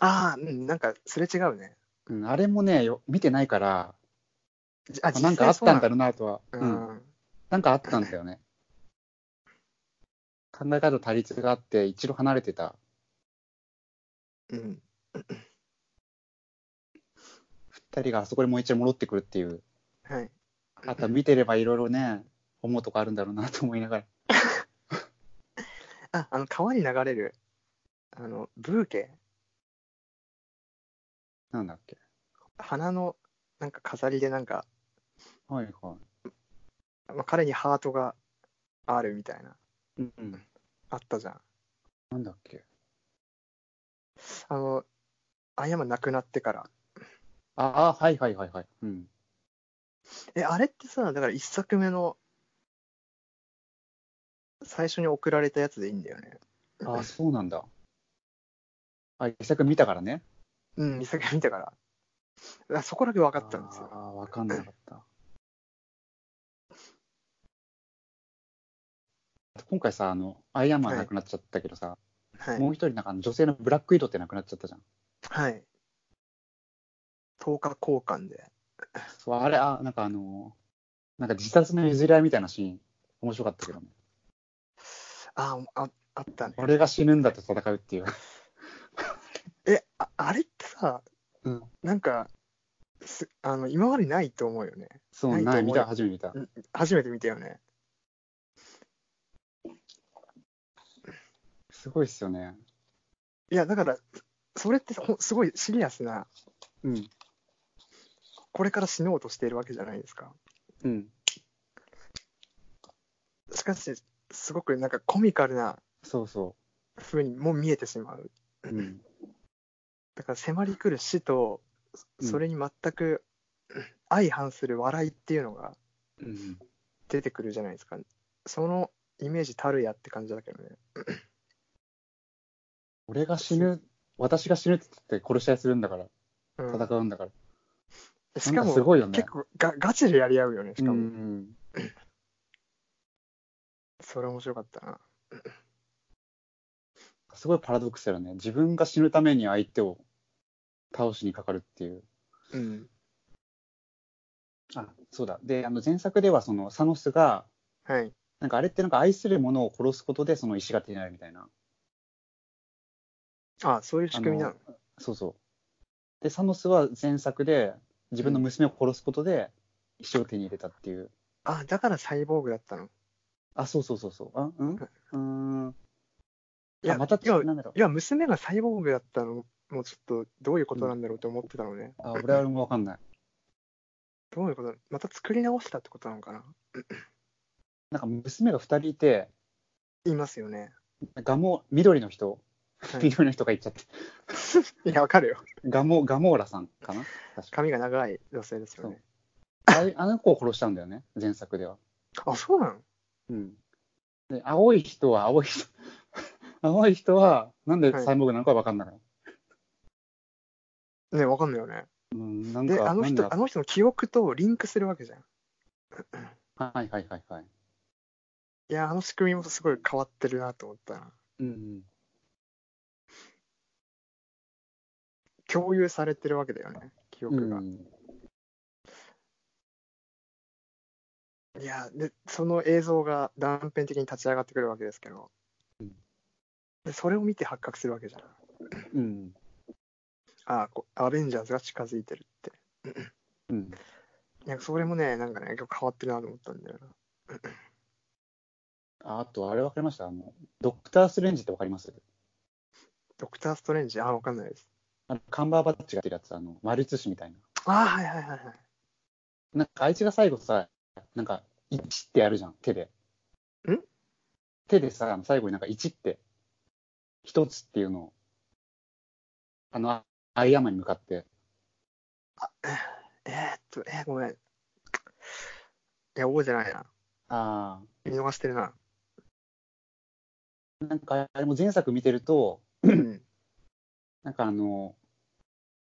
S2: ああ、うん、なんかすれ違うね。
S1: うん、あれもね、よ見てないから、
S2: じあ
S1: あなんかあったんだ
S2: ろ
S1: ろうなとは、
S2: う
S1: うん
S2: ん、
S1: なんかあったんだよね。考え方と対立があって、一度離れてた。
S2: うん、
S1: 二人があそこにもう一度戻ってくるっていう。
S2: はい
S1: あとは見てればいろいろね、思うとこあるんだろうなと思いながら。
S2: ああの川に流れるあのブーケ
S1: なんだっけ。
S2: 花のなんか飾りでなんか、
S1: はいは。
S2: まあ、彼にハートがあるみたいない
S1: うんうん。
S2: あったじゃん
S1: なんだっけ。
S2: あのあやま亡くなってから
S1: ああ、はいはいはいはい。うん。
S2: えあれってさだから一作目の最初に送られたやつでいいんだよね
S1: ああ、そうなんだ。あ、一作見たからね。
S2: うん見作見たからあそこだけ分かったんですよ
S1: ああ、わかんなかった。今回さ、あの、アイアンマン
S2: はい
S1: 亡くなっちゃったけどさ、
S2: はい
S1: もう一人なんかあの女性のブラックイドって亡くなっちゃったじゃん。
S2: はい10日交換で
S1: そうあれ、あ、なんかあの、なんか自殺の譲り合いみたいなシーン、面白かったけどね。
S2: あああったね
S1: 俺が死ぬんだと戦うっていう。
S2: えああれってさ
S1: うん。
S2: なんかすあの今までないと思うよね
S1: そう、
S2: ないと思
S1: な
S2: う
S1: い、見た、初めて見た。
S2: 初めて見たよね
S1: すごいっすよね。
S2: いやだからそれってほんすごいシリアスな
S1: うん。
S2: これから死のうとしているわけじゃないですか
S1: うん。
S2: しかしすごくなんかコミカルな
S1: そうそ
S2: 風にも見えてしまう
S1: う。うん。
S2: だから迫り来る死と
S1: うん
S2: それに全く相反する笑いっていうのが
S1: うん。
S2: 出てくるじゃないですかそのイメージたるやって感じだけどね
S1: 俺が死ぬ、私が死ぬって言って殺し合いするんだから、
S2: うん
S1: 戦うんだから。
S2: しか
S1: なん
S2: も
S1: すごいよね。
S2: 結構がガチでやり合うよねしかも、
S1: うん。
S2: それ面白かったな
S1: すごいパラドックスだよね。自分が死ぬために相手を倒しにかかるっていう。
S2: うん
S1: あ、そうだ。で、あの前作ではそのサノスが、
S2: はい
S1: なんかあれってなんか愛する者を殺すことでその石が手になるみたいな。
S2: あそういう仕組みなの
S1: そうそう。で、サノスは前作で自分の娘を殺すことで石を手に入れたっていう。
S2: あだからサイボーグだったの
S1: あ、そうそうそうそう。あ、うん
S2: はいう
S1: ーん。
S2: いや
S1: あまた、
S2: 要は
S1: なんだろう
S2: い。や娘がサイボーグだったのもちょっとどういうことなんだろうって思ってたのね、
S1: あ、俺はもうわかんない。
S2: どういうことまた作り直したってことなのかな
S1: なんか娘が二人いて、
S2: 言いますよね、
S1: ガモ、緑の人、
S2: はい、
S1: 緑の人が言っちゃって、
S2: いやわかるよ
S1: ガモ、ガモーラさんかな確か
S2: 髪が長い女性ですよね
S1: あいあの子を殺したんだよね、前作では。
S2: あそうなの
S1: うん。で、青い人は、青い人、 青い人は、なんでサイボーグなのかわかんない。
S2: ねわかんないよね
S1: うん、なん
S2: で
S1: か、
S2: あの
S1: なん
S2: 人
S1: だ
S2: あの人の記憶とリンクするわけじゃん
S1: はいはいはいはい。
S2: いやあの仕組みもすごい変わってるなと思ったな
S1: うんうん。
S2: 共有されてるわけだよね記憶が、
S1: うん
S2: いやでその映像が断片的に立ち上がってくるわけですけど、
S1: うん
S2: でそれを見て発覚するわけじゃん
S1: うん。
S2: あこアベンジャーズが近づいてるって
S1: うん。
S2: なんかそれもねなんかね結構変わってるなと思ったんだよな
S1: ああと、あれわかりましたあの、ドクター・ストレンジってわかります
S2: ドクター・ストレンジあわかんないです
S1: あのカンバーバッチがやってるやつ、あの、丸写しみたいな。
S2: あはいはいはいはい
S1: なんかあいつが最後さ、なんか、1ってやるじゃん、手で。
S2: ん
S1: 手でさ、最後になんか1って、1つっていうのを、あの、あアイアンマンに向かって、
S2: えー、っとえーごめんいや覚えてないな
S1: あ
S2: 見逃してるな
S1: あ、なんかあれも前作見てると、
S2: うん
S1: なんかあの、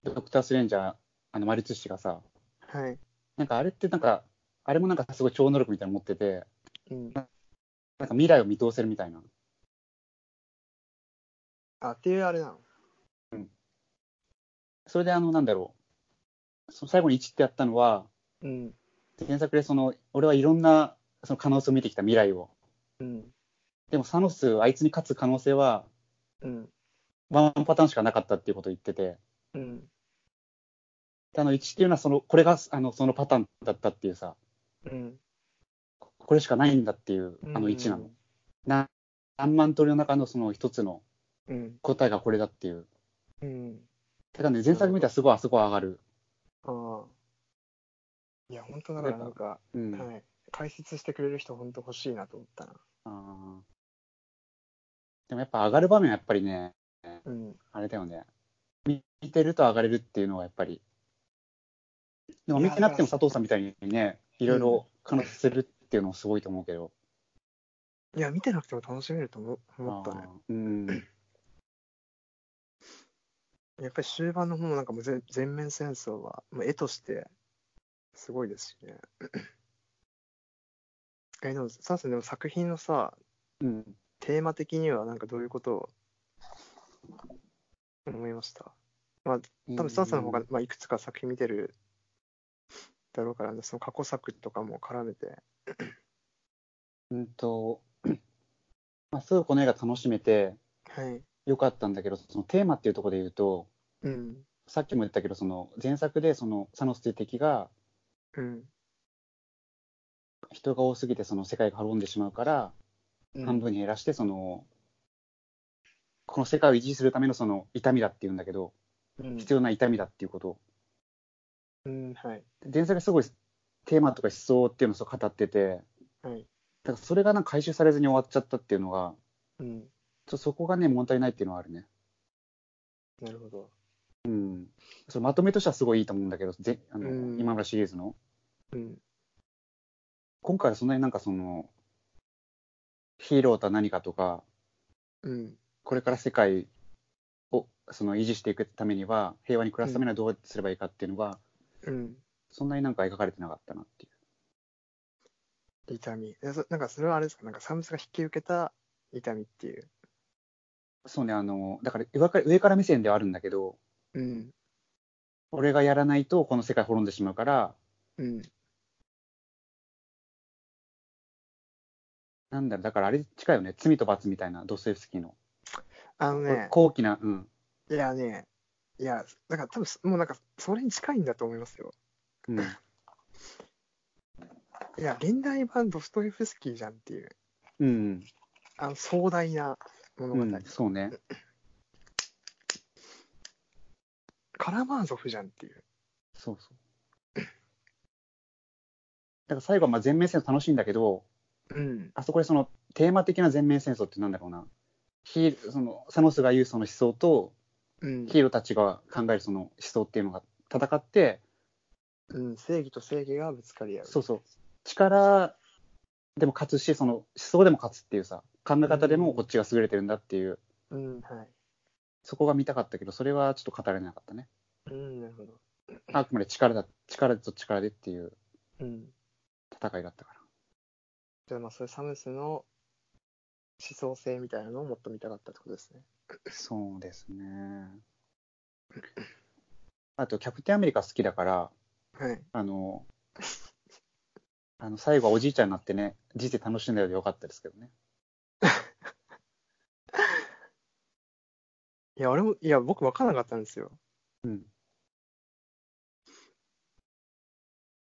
S1: ドクター・スレンジャー、あの、マリツ氏がさ、
S2: はい、
S1: なんかあれってなんか、あれもなんかすごい超能力みたいなの持ってて、
S2: うん、
S1: なんか未来を見通せるみたいな。
S2: あっていうあれなの
S1: それであの、なんだろう、その最後に1ってやったのは、
S2: うん。
S1: 原作でその、俺はいろんなその可能性を見てきた未来を。
S2: うん。
S1: でもサノス、あいつに勝つ可能性は、
S2: うん。
S1: ワンパターンしかなかったっていうことを言ってて、
S2: うん。
S1: であの1っていうのはその、これがあのそのパターンだったっていうさ、
S2: うん。
S1: ここれしかないんだっていう、あの1なの。。な何万通りの中のその一つの
S2: うん。
S1: 答えがこれだっていう。
S2: うん。
S1: ただね、前作見たらすごいあそこは上がる。
S2: ああ。いや、本当だからなんか、
S1: うん。
S2: はい。解説してくれる人本当欲しいなと思ったな。
S1: あーでもやっぱ上がる場面はやっぱりね、
S2: うん。
S1: あれだよね。見見てると上がれるっていうのはやっぱり。でも見てなくても
S2: いやだから
S1: 佐藤さんみたいにね、いろいろ彼女するっていうのもすごいと思うけど。
S2: いや、見てなくても楽しめると思思ったね
S1: あ。ーうん。
S2: やっぱり終盤の方もなんかもう全全面戦争は、もう絵としてすごいですしね。 え、でも、サンさん、でも作品のさ、
S1: うん。
S2: テーマ的にはなんかどういうことを思いました多分、サンさんの方が、まあ、いくつか作品見てるだろうから、ね、その過去作とかも絡めて。
S1: うんと、 まあ、すごいこの映画楽しめて
S2: はい。
S1: よかったんだけど、そのテーマっていうところで言うと、
S2: うん。
S1: さっきも言ったけど、その前作でそのサノスという敵が
S2: うん。
S1: 人が多すぎてその世界が滅んでしまうから、半分に減らしてその、この世界を維持するためのその痛みだっていうんだけど、
S2: うん。
S1: 必要な痛みだっていうことを
S2: うん。はい。
S1: 前作ですごいテーマとか思想っていうのをそう語ってて、
S2: はい。
S1: だからそれがなんか回収されずに終わっちゃったっていうのが、
S2: うん。
S1: ちょっとそこがね、問題ないっていうのはあるね。
S2: なるほど。
S1: うん。そのまとめとしてはすごいいいと思うんだけど、ぜあの
S2: うん
S1: 今村シリーズの。
S2: うん。
S1: 今回はそんなになんかその、ヒーローとは何かとか、
S2: うん。
S1: これから世界をその維持していくためには、平和に暮らすためにはどうすればいいかっていうのが、
S2: うん。
S1: そんなになんか描かれてなかったなっていう。
S2: 痛み。でそなんかそれはあれですか、なんかサムスが引き受けた痛みっていう。
S1: そうね、あの、だから上から上から目線ではあるんだけど、
S2: うん。
S1: 俺がやらないとこの世界滅んでしまうから、
S2: うん。
S1: なんだろう、だからあれ近いよね、罪と罰みたいな、ドスエフスキーの。
S2: あのね、
S1: 高貴な、うん。
S2: いやね、いや、だから多分もうなんかそれに近いんだと思いますよ。
S1: うん、
S2: いや、現代版ドストエフスキーじゃんっていう、
S1: うん、
S2: あの壮大な物語。
S1: うん、そうね。
S2: カラマーゾフじゃんっていう。
S1: そうそう。だから最後はまあ全面戦争楽しいんだけど、
S2: うん。
S1: あそこでそのテーマ的な全面戦争ってなんだろうな。ヒーそのサノスが言うその思想と
S2: うん。
S1: ヒーローたちが考えるその思想っていうのが戦って、
S2: うん、正義と正義がぶつかり合う。
S1: そうそう、力でも勝つし、その思想でも勝つっていうさ、考え方でもこっちが優れてるんだっていう、
S2: う。うん、はい。
S1: そこが見たかったけど、それはちょっと語れなかったね。
S2: うん、なるほど。
S1: あくまで力だ、力と力でっていう
S2: うん。
S1: 戦いだったから。
S2: じゃあまあ、それサムスの思想性みたいなのをもっと見たかったってことですね。
S1: そうですね。あと、キャプテンアメリカ好きだから、
S2: はい。
S1: あの、あの最後はおじいちゃんになってね、人生楽しんだようでよかったですけどね。
S2: いや、俺も、いや、僕分からなかったんですよ。
S1: うん。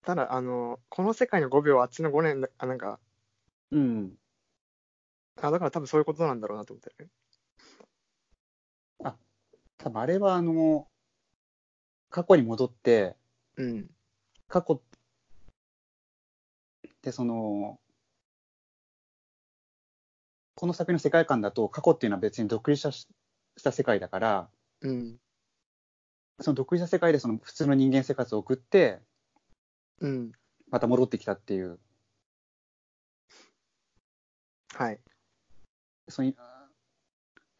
S2: ただ、あの、この世界の5秒、あっちの5年だ、あ、なんか、
S1: うん。
S2: あ、だから多分そういうことなんだろうなと思って。
S1: 多分あれは、あの、過去に戻って、
S2: うん。
S1: 過去って、その、この作品の世界観だと、過去っていうのは別に独立したした世界だから、
S2: うん。
S1: その独立した世界でその普通の人間生活を送って、
S2: うん。
S1: また戻ってきたっていう、
S2: はい。
S1: その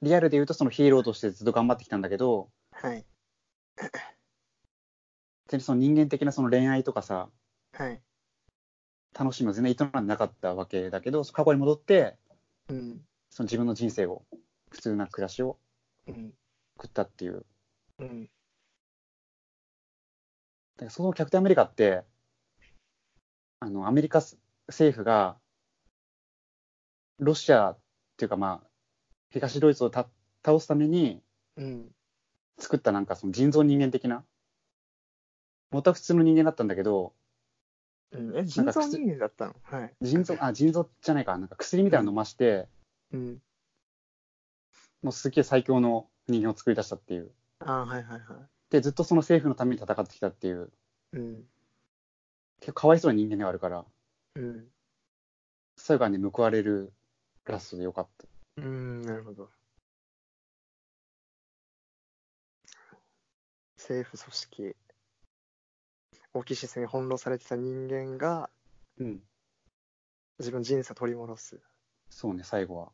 S1: リアルで言うとそのヒーローとしてずっと頑張ってきたんだけど、
S2: はい。
S1: 全然その人間的なその恋愛とかさ、
S2: はい。
S1: 楽しみを全然営んでなかったわけだけど、過去に戻って、
S2: うん。
S1: その自分の人生を、普通な暮らしを
S2: うん。
S1: 送ったっていう、
S2: うん。
S1: からそのキャプテンアメリカって、あの、アメリカ政府が、ロシアっていうかまあ、東ドイツをた倒すために
S2: うん。
S1: 作ったなんかその人造人間的な、元は普通の人間だったんだけど、
S2: うん、え、人造人間だったのはい。
S1: 腎臓、あ、腎臓じゃないか、なんか薬みたいなの飲まして、
S2: うん。
S1: もうすっげえ最強の人間を作り出したっていう。
S2: ああ、はいはいはい。
S1: で、ずっとその政府のために戦ってきたっていう、
S2: うん。
S1: 結構かわいそうな人間ではあるから、
S2: うん。
S1: 最後はね、報われるラストでよかった。
S2: うーん、なるほど。政府組織、オキシスに翻弄されてた人間が
S1: うん。
S2: 自分の人生を取り戻す。
S1: そうね、最後は。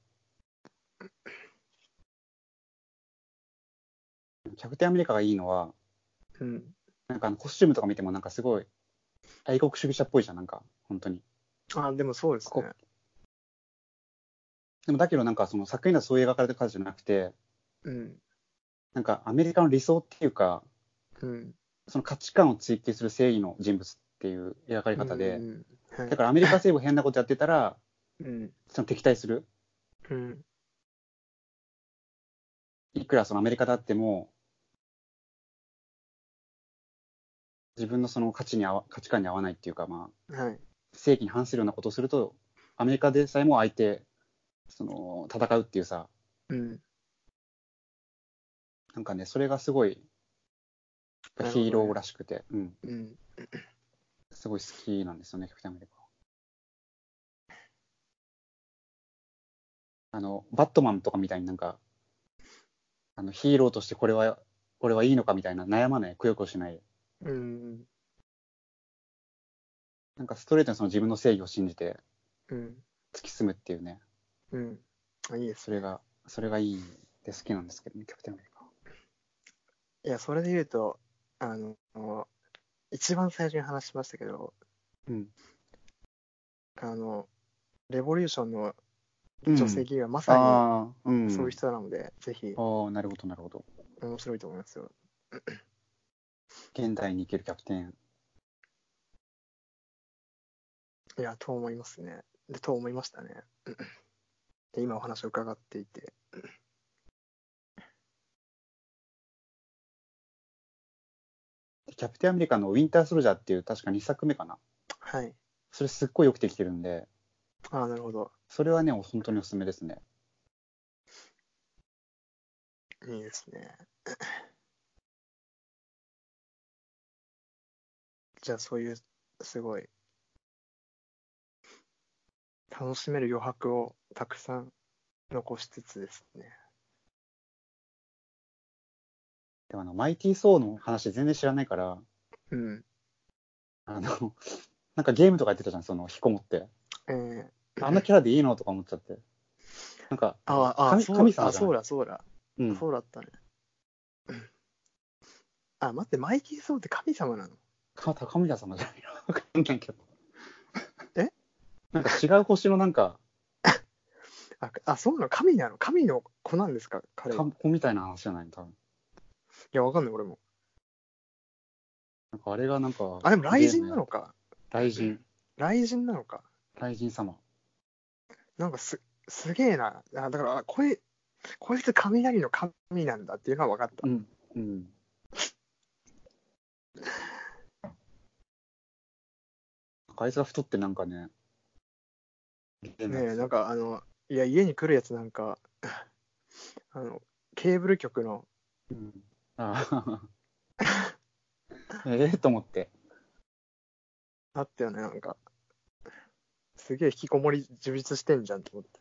S1: キャプテンアメリカがいいのは、
S2: うん。
S1: なんかあのコスチュームとか見てもなんかすごい愛国主義者っぽいじゃん、なんか、本当に。
S2: あでもそうです
S1: こ
S2: ね。
S1: でもだけどなんかその作品ではそういう描かれた感じじゃなくて、
S2: うん。
S1: なんかアメリカの理想っていうか、
S2: うん。
S1: その価値観を追求する正義の人物っていう描かれ方
S2: う
S1: で、
S2: ん。はい
S1: だからアメリカ政府変なことやってたら、
S2: うん。
S1: その敵対する。
S2: うん。
S1: いくらそのアメリカであっても、自分のその価値に合わ価値観に合わないっていうか、まあ、
S2: はい。
S1: 正義に反するようなことをすると、アメリカでさえも相手、その戦うっていうさ、
S2: うん。
S1: なんかね、それがすごい、
S2: なるほどね
S1: ヒーローらしくて、うん、
S2: うん。
S1: すごい好きなんですよね、キャプテンアメリカは。あの、バットマンとかみたいになんか、あのヒーローとしてこれは、俺はいいのかみたいな悩まない、くよくよしない、
S2: うん。
S1: なんかストレートにその自分の正義を信じて
S2: うん。
S1: 突き進むっていうね、
S2: うん。あいいです
S1: それが、それがいいで好きなんですけどね、キャプテンアメリカ。
S2: いや、それで言うと、あの、一番最初に話しましたけど、
S1: うん。
S2: あの、レボリューションの
S1: うん
S2: 女性議員はまさ
S1: ああ、うん。
S2: にそういう人なので、ぜひ
S1: ああ、なるほど、なるほど。
S2: 面白いと思いますよ。
S1: 現代に生きるキャプテン。
S2: いや、と思いますね。で、と思いましたね。で、今お話を伺っていて。
S1: キャプテンアメリカのウィンターソルジャーっていう、確か2作目かな。
S2: はい。
S1: それすっごいよくできてるんで、
S2: ああ、なるほど。
S1: それはね、本当におすすめですね。
S2: いいですね。 じゃあ、そういう、すごい、楽しめる余白をたくさん残しつつですね。
S1: でもあの、マイティー・ソーの話全然知らないから、
S2: うん。
S1: あの、 なんかゲームとかやってたじゃん、その、引きこもって。
S2: えー、
S1: あんなキャラでいいのとか思っちゃって。なんか、
S2: ああ、ああ、
S1: 神
S2: そう
S1: 神
S2: だ、
S1: 様じゃな
S2: あ
S1: い
S2: そうだ、そうだ。
S1: うん、
S2: そうだったね。あ、待って、マイキー・ソーって神様なの
S1: か神田様じゃないのわかんないけど。
S2: え
S1: なんか違う星のなんか、
S2: あ、あそうなの神なの神の子なんですか彼は。
S1: 観
S2: い
S1: 光みたいな話じゃないの多分。
S2: や、わかんない、俺も。
S1: なんかあれがなんか。
S2: あ、でも雷神なのか。
S1: 雷神。
S2: 雷神なのか。
S1: 雷神様。
S2: なんかす、すげえな。あだから、あこれ、こいつ雷の神なんだっていうのは分かった。
S1: うん。うん。なんかあいつが太ってなんかね。ね
S2: ねえ、なんか、あの、いや、家に来るやつなんか、 あの、ケーブル局の、
S1: うん、ああ ええと思って。
S2: あったよね、なんか。すげえ引きこもり充実してんじゃんと思って。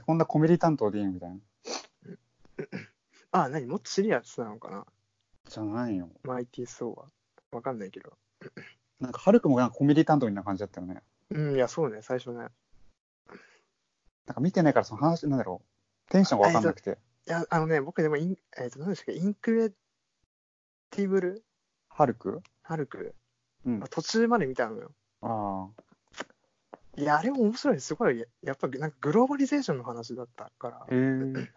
S1: こんなコメディ担当でいいのみたいな。
S2: あ、何もっとシリアスなのかな
S1: じゃないよ。
S2: マイティー・ソーは。わかんないけど。
S1: なんか、ハルクもなんかコメディ担当みたいな感じだったよね。
S2: うん、いや、そうね、最初ね。
S1: なんか見てないから、その話、なんだろう。テンションがわかんなくて。
S2: いや、あのね、僕でもイン、えっ、と、何でしたっけ、インクレティブル
S1: ハルク
S2: ハルク、
S1: うん
S2: あ途中まで見たのよ。
S1: あ
S2: いや、あれも面白いです。すごい、ややっぱ、なんかグローバリゼーションの話だったから。だ
S1: あ。へえー。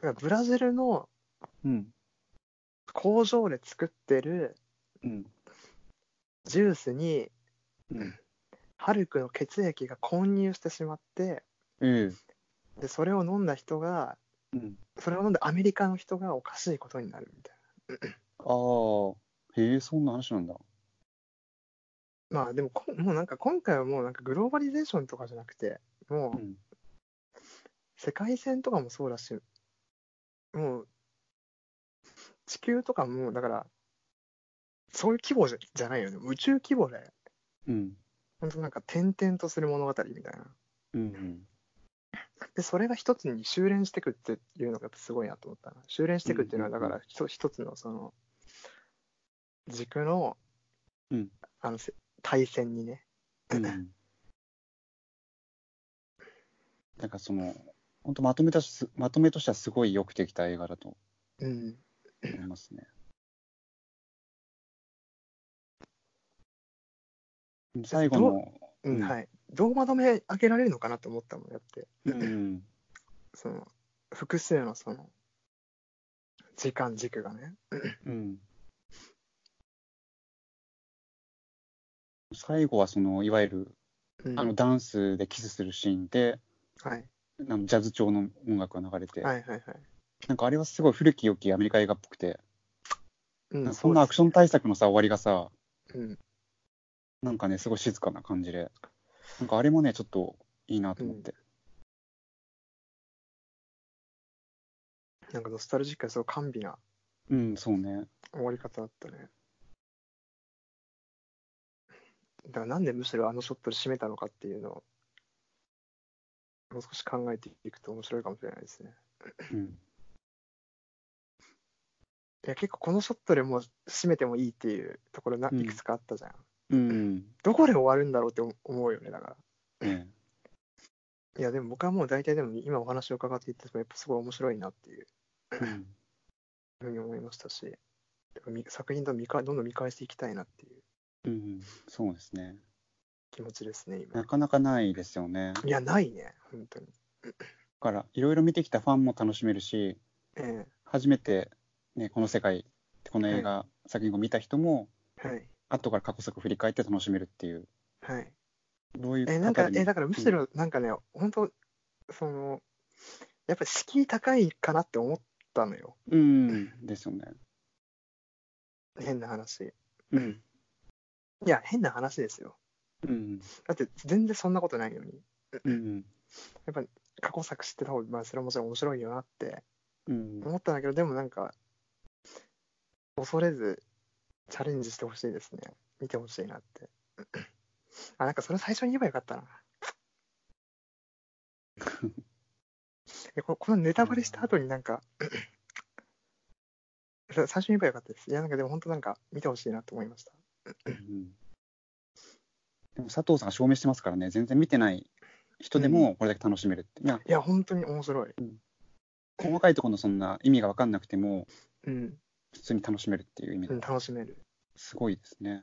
S2: からブラジルの
S1: うん。
S2: 工場で作ってる
S1: うん。
S2: ジュースに
S1: うん。
S2: ハルクの血液が混入してしまって
S1: うん。
S2: でそれを飲んだ人が
S1: うん。
S2: それを飲んだアメリカの人がおかしいことになるみたい
S1: ああ。へえ、そんな話なんだ。
S2: なまあでもこんもうなんか今回はもうなんかグローバリゼーションとかじゃなくても
S1: う。
S2: うん世界線とかもそうだしもう地球とかもだからそういう規模じゃじゃないよね宇宙規模で
S1: うん。
S2: 本当なんか転々とする物語みたいな
S1: うん。
S2: でそれが一つに修練してくっていうのがやっぱすごいなと思ったな修練してくっていうのは
S1: うんう
S2: だ
S1: んうん
S2: からひと一つのその軸の,、
S1: うん
S2: あのせ対戦にね
S1: うん。 なんかその、本当まとめたしす、まとめとしてはすごいよくできた映画だと
S2: うん
S1: 思いますね。最後の、
S2: うん
S1: うん
S2: はいどうまとめ上げられるのかなと思ったもんだって
S1: うん、
S2: その複数のその時間軸がね
S1: うん、最後はそのいわゆる
S2: うん
S1: あのダンスでキスするシーンで、
S2: はい
S1: あのジャズ調の音楽が流れて、
S2: はいはいはい
S1: なんかあれはすごい古き良きアメリカ映画っぽくて、
S2: う
S1: なんかそんなアクション対策のさ終わりがさ
S2: ョンうん
S1: なんかねすごい静かな感じでなんかあれもねちょっといいなと思って、
S2: なんかノスタルジックですごい甘美な
S1: うん、そうね
S2: 終わり方だったね。だからなんでむしろあのショットで締めたのかっていうのをもう少し考えていくと面白いかもしれないですね。
S1: うん
S2: いや結構このショットでもう締めてもいいっていうところな
S1: うん
S2: いくつかあったじゃん。
S1: うん、
S2: どこで終わるんだろうって思思うよねだから。
S1: ね
S2: いやでも僕はもう大体でも今お話を伺っていてやっぱすごい面白いなっていう
S1: うん、
S2: ふうに思いましたしやっぱ見作品と見かどんどん見返していきたいなっていう
S1: うん、そうですね
S2: 気持ちですね今
S1: な。かなかないですよね
S2: いやないね本当に。
S1: だからいろいろ見てきたファンも楽しめるし
S2: え
S1: 初めて、ね、この世界この映画、作品を見た人も
S2: えはい
S1: 後から過去作振り返って楽しめるっていう
S2: はい。
S1: どういう
S2: えなんか
S1: 方で
S2: え
S1: も
S2: だからむしろなんかね、本当そのやっぱり敷居高いかなって思ったのよ
S1: うんですよね
S2: 変な話
S1: うん
S2: いや変な話ですよ
S1: うん
S2: だって全然そんなことないのに
S1: うん
S2: 過去作知ってた方が、まあ、それはもちろん面白いよなって
S1: うん
S2: 思ったんだけどでもなんか恐れずチャレンジしてほしいですね見てほしいなってあなんかそれ最初に言えばよかったなえここのネタバレした後になんかさ最初に言えばよかったですいやなんかでも本当なんか見てほしいなと思いました
S1: うんでも佐藤さんが証明してますからね全然見てない人でもこれだけ楽しめるって、いや
S2: いや本当に面白い
S1: 細かいところのそんな意味が分かんなくても
S2: うん、
S1: 普通に楽しめるっていう意味
S2: う
S1: で
S2: ん、楽しめる
S1: すごいですね